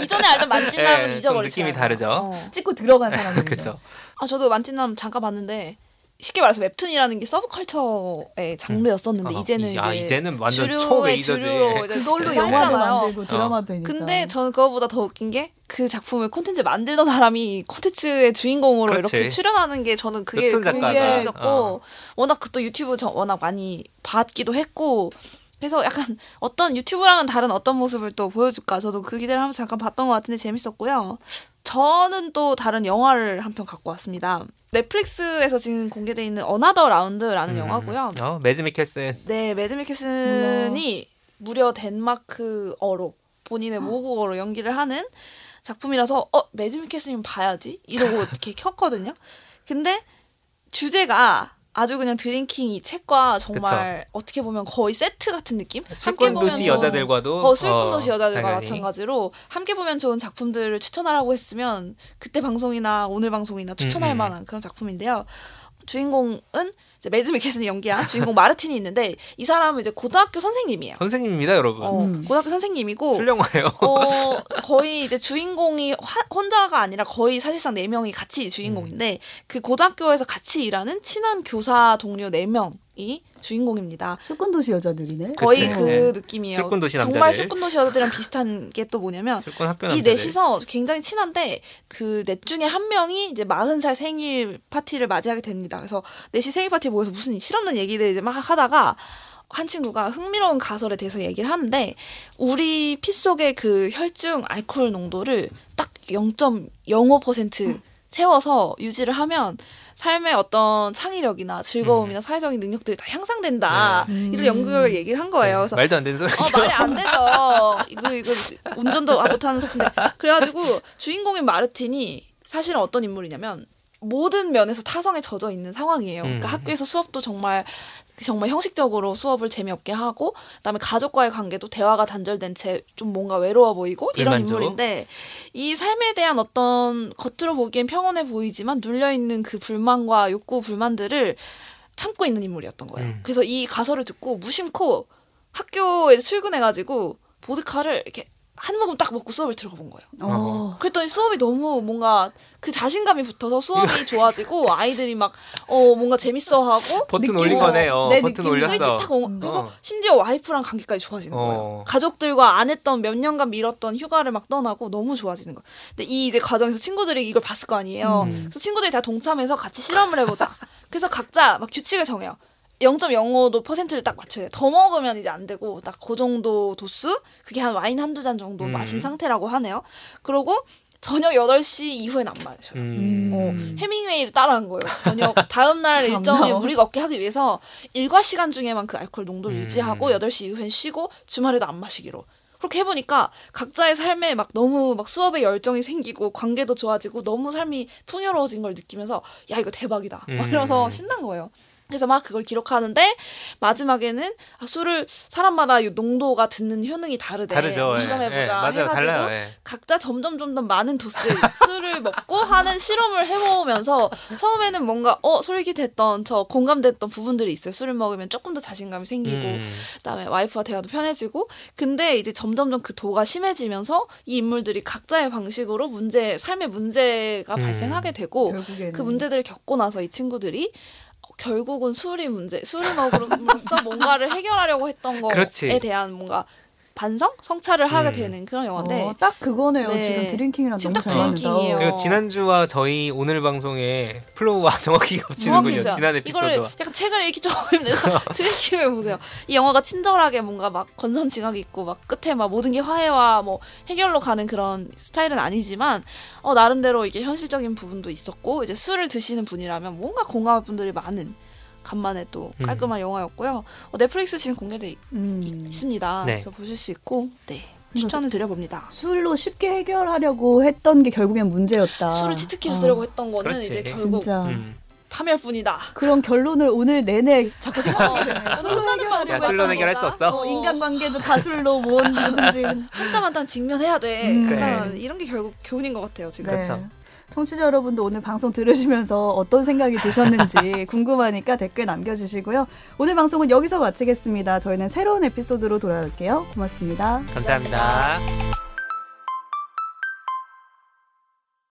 B: 기존에 알던 만찢남은
C: 예,
B: 잊어버리죠.
C: 좀 느낌이 다르죠.
B: 어.
A: 찍고 들어간 사람이죠.
C: 그렇죠.
B: 아 저도 만찢남 잠깐 봤는데 쉽게 말해서 웹툰이라는 게 서브컬처의 장르였었는데 이제는
C: 아,
B: 이제
C: 이제는 완전
B: 주류의
C: 초메이저지.
B: 주류로 이제
A: 그걸로
C: 진짜
A: 영화도
B: 짧잖아요.
C: 어.
A: 만들고 드라마도 되니까.
B: 근데 저는 그거보다 더 웃긴 게 그 작품을 콘텐츠 만들던 사람이 콘텐츠의 주인공으로
C: 그렇지.
B: 이렇게 출연하는 게 저는 그게
C: 웹툰
B: 그게
A: 작가다.
B: 재밌었고
C: 어.
B: 워낙 그 또 유튜브 저 워낙 많이 봤기도 했고 그래서 약간 어떤 유튜브랑은 다른 어떤 모습을 또 보여줄까 저도 그 기대를 하면서 잠깐 봤던 것 같은데 재밌었고요. 저는 또 다른 영화를 한 편 갖고 왔습니다. 넷플릭스에서 지금 공개돼 있는 어나더 라운드라는
C: 음.
B: 영화고요.
C: 어, 매즈 미켈슨.
B: 네, 매드 미켈슨이 무려 덴마크어로
C: 아.
B: 본인의 모국어로 연기를 하는 작품이라서 어 매드 미켈슨이면 봐야지 이러고 이렇게 켰거든요. 근데 주제가 아주 그냥 드링킹이 책과 정말 어떻게 보면 거의 세트 같은 느낌? 함께
C: 네, 술꾼
B: 보면
C: 도시
B: 좋은-
C: 여자들과도
B: 거 수익금 도시
C: 어,
B: 여자들과
C: 당연히.
B: 마찬가지로 함께 보면 좋은 작품들을 추천하라고 했으면 그때 방송이나 오늘 방송이나 추천할
C: 음, 음.
B: 만한 그런 작품인데요. 주인공은 이제 매즈 미켈슨이 연기한 주인공 마르틴이 있는데 이 사람은 이제 고등학교 선생님이에요.
C: 선생님입니다, 여러분.
B: 어,
A: 음.
B: 고등학교 선생님이고
C: 훌륭해요.
B: 어, 거의 이제 주인공이 화- 혼자가 아니라 거의 사실상 네명이 같이
C: 음.
B: 주인공인데 그 고등학교에서 같이 일하는 친한 교사 동료 네명이 주인공입니다.
A: 술꾼 도시 여자들이네.
B: 거의
C: 그치.
B: 그
C: 네.
B: 느낌이에요.
C: 술꾼 도시
B: 정말
C: 남자들.
B: 술꾼 도시 여자들이랑 비슷한 게 또 뭐냐면
C: 술꾼 학교
B: 어. 이
C: 남자들.
B: 넷이서 굉장히 친한데 그 넷 중에 한 명이 이제 40살 생일 파티를 맞이하게 됩니다. 그래서 넷이 생일 파티에 모여서 무슨 실없는 얘기들 이제 막 하다가 한 친구가 흥미로운 가설에 대해서 얘기를 하는데 우리 피 속의 그 혈중 알코올 농도를 딱
C: 음.
B: 0.05% 채워서 유지를 하면 삶의 어떤 창의력이나
C: 음.
B: 즐거움이나 사회적인 능력들이 다 향상된다.
A: 네.
B: 이런 연구를 얘기를 한 거예요. 그래서
C: 네. 말도 안 되는 소리죠.
B: 어, 말이 안 되죠. 이거 이거 운전도 아, 못하는 수준데. 그래가지고 주인공인 마르틴이 사실은 어떤 인물이냐면 모든 면에서 타성에 젖어 있는 상황이에요. 그러니까
C: 음.
B: 학교에서 수업도 정말 정말 형식적으로 수업을 재미없게 하고 그다음에 가족과의 관계도 대화가 단절된 채 좀 뭔가 외로워 보이고 이런
C: 불만족.
B: 인물인데 이 삶에 대한 어떤 겉으로 보기엔 평온해 보이지만 눌려 있는 그 불만과 욕구 불만들을 참고 있는 인물이었던 거예요.
C: 음.
B: 그래서 이 가설을 듣고 무심코 학교에 출근해가지고 보드카를 이렇게 한 모금 딱 먹고 수업을 들어본 거예요.
A: 어.
B: 그랬더니 수업이 너무 뭔가 그 자신감이 붙어서 수업이 좋아지고 아이들이 막 어 뭔가 재밌어하고
C: 버튼
A: 느낌-
C: 올린 거네요.
A: 어, 내
C: 버튼
A: 느낌
B: 스위치
C: 올렸어.
B: 탁 온- 그래서
C: 어.
B: 심지어 와이프랑 관계까지 좋아지는
C: 어.
B: 거예요. 가족들과 안 했던 몇 년간 미뤘던 휴가를 막 떠나고 너무 좋아지는 거. 근데 이 이제 과정에서 친구들이 이걸 봤을 거
A: 어.
B: 아니에요.
C: 음.
B: 그래서 친구들이 다 동참해서 같이 실험을 해보자. 그래서 각자 막 규칙을 정해요. 0.05도 퍼센트를 딱 맞춰야 돼. 더 먹으면 이제 안 되고 딱 그 정도 도수 그게 한 와인 한두 잔 정도
C: 음.
B: 마신 상태라고 하네요. 그러고 저녁 8시 이후엔 안 마셔요.
C: 음.
B: 어.
A: 음.
B: 해밍웨이를 따라한 거예요. 저녁 다음 날
A: 참나.
B: 일정에 무리가 없게 하기 위해서 일과 시간 중에만 그 알코올 농도를
C: 음.
B: 유지하고 8시 이후엔 쉬고 주말에도 안 마시기로. 그렇게 해보니까 각자의 삶에 막 너무 막 수업에 열정이 생기고 관계도 좋아지고 너무 삶이 풍요로워진 걸 느끼면서 야 이거 대박이다. 막
C: 음.
B: 이러면서 신난 거예요. 그래서 막 그걸 기록하는데 마지막에는 아, 술을 사람마다 이 농도가 듣는 효능이 다르대.
C: 다르죠. 예.
B: 실험해보자
C: 예, 맞아요.
B: 해가지고
C: 달라요. 예.
B: 각자 점점 점점 많은 도수의 술을 먹고 하는 실험을 해보면서 처음에는 뭔가 어 솔깃했던 저 공감됐던 부분들이 있어요. 술을 먹으면 조금 더 자신감이 생기고
C: 음.
B: 그다음에 와이프와 대화도 편해지고 근데 이제 점점점 그 도가 심해지면서 이 인물들이 각자의 방식으로 문제 삶의 문제가
C: 음.
B: 발생하게 되고
A: 결국에는
B: 그 문제들을 겪고 나서 이 친구들이 어, 결국은 술이 문제, 술을 먹음으로써 뭔가를 해결하려고 했던 거에
C: 그렇지.
B: 대한 뭔가 반성, 성찰을 하게
C: 음.
B: 되는 그런
A: 어,
B: 영화인데
A: 딱 그거네요.
B: 네.
A: 지금 드링킹이랑
B: 지금
A: 너무
B: 딱
A: 잘 맞는다. 어.
B: 드링킹이에요.
C: 그리고 지난주와 저희 오늘 방송의 플로우와 정확히 겹치는군요.
B: 정확히
C: 지난
B: 이거를
C: 에피소드와.
B: 약간 책을 읽기 조금 힘들어 드림킹을 보세요. 이 영화가 친절하게 뭔가 막 건선징악이 있고 막 끝에 막 모든 게 화해와 뭐 해결로 가는 그런 스타일은 아니지만 어 나름대로 이게 현실적인 부분도 있었고 이제 술을 드시는 분이라면 뭔가 공감할 분들이 많은 간만에 또
C: 음.
B: 깔끔한 영화였고요. 어, 넷플릭스 지금 공개돼 있-
A: 음.
B: 있습니다.
C: 네.
B: 그래서 보실 수 있고 네 추천을 드려봅니다.
A: 술로 쉽게 해결하려고 했던 게 결국엔 문제였다.
B: 술을 치트키로
A: 아,
B: 쓰려고 했던 거는
C: 그렇지.
B: 이제 결국
A: 진짜
C: 음.
B: 파멸뿐이다.
A: 그런 결론을 오늘 내내 자꾸 생각하게 되네.
C: 어,
B: 혼나는 어, 방송
C: 야, 술로 해결할 수 없어.
A: 어, 인간관계도 다술로 뭔
B: 네.
A: 뭐든지
B: 한땀 한땀 직면해야 돼.
A: 음.
B: 약간 이런 게 결국 교훈인 것 같아요 지금.
C: 네. 그렇죠.
A: 청취자 여러분도 오늘 방송 들으시면서 어떤 생각이 드셨는지 궁금하니까 댓글 남겨주시고요. 오늘 방송은 여기서 마치겠습니다. 저희는 새로운 에피소드로 돌아올게요. 고맙습니다.
C: 감사합니다.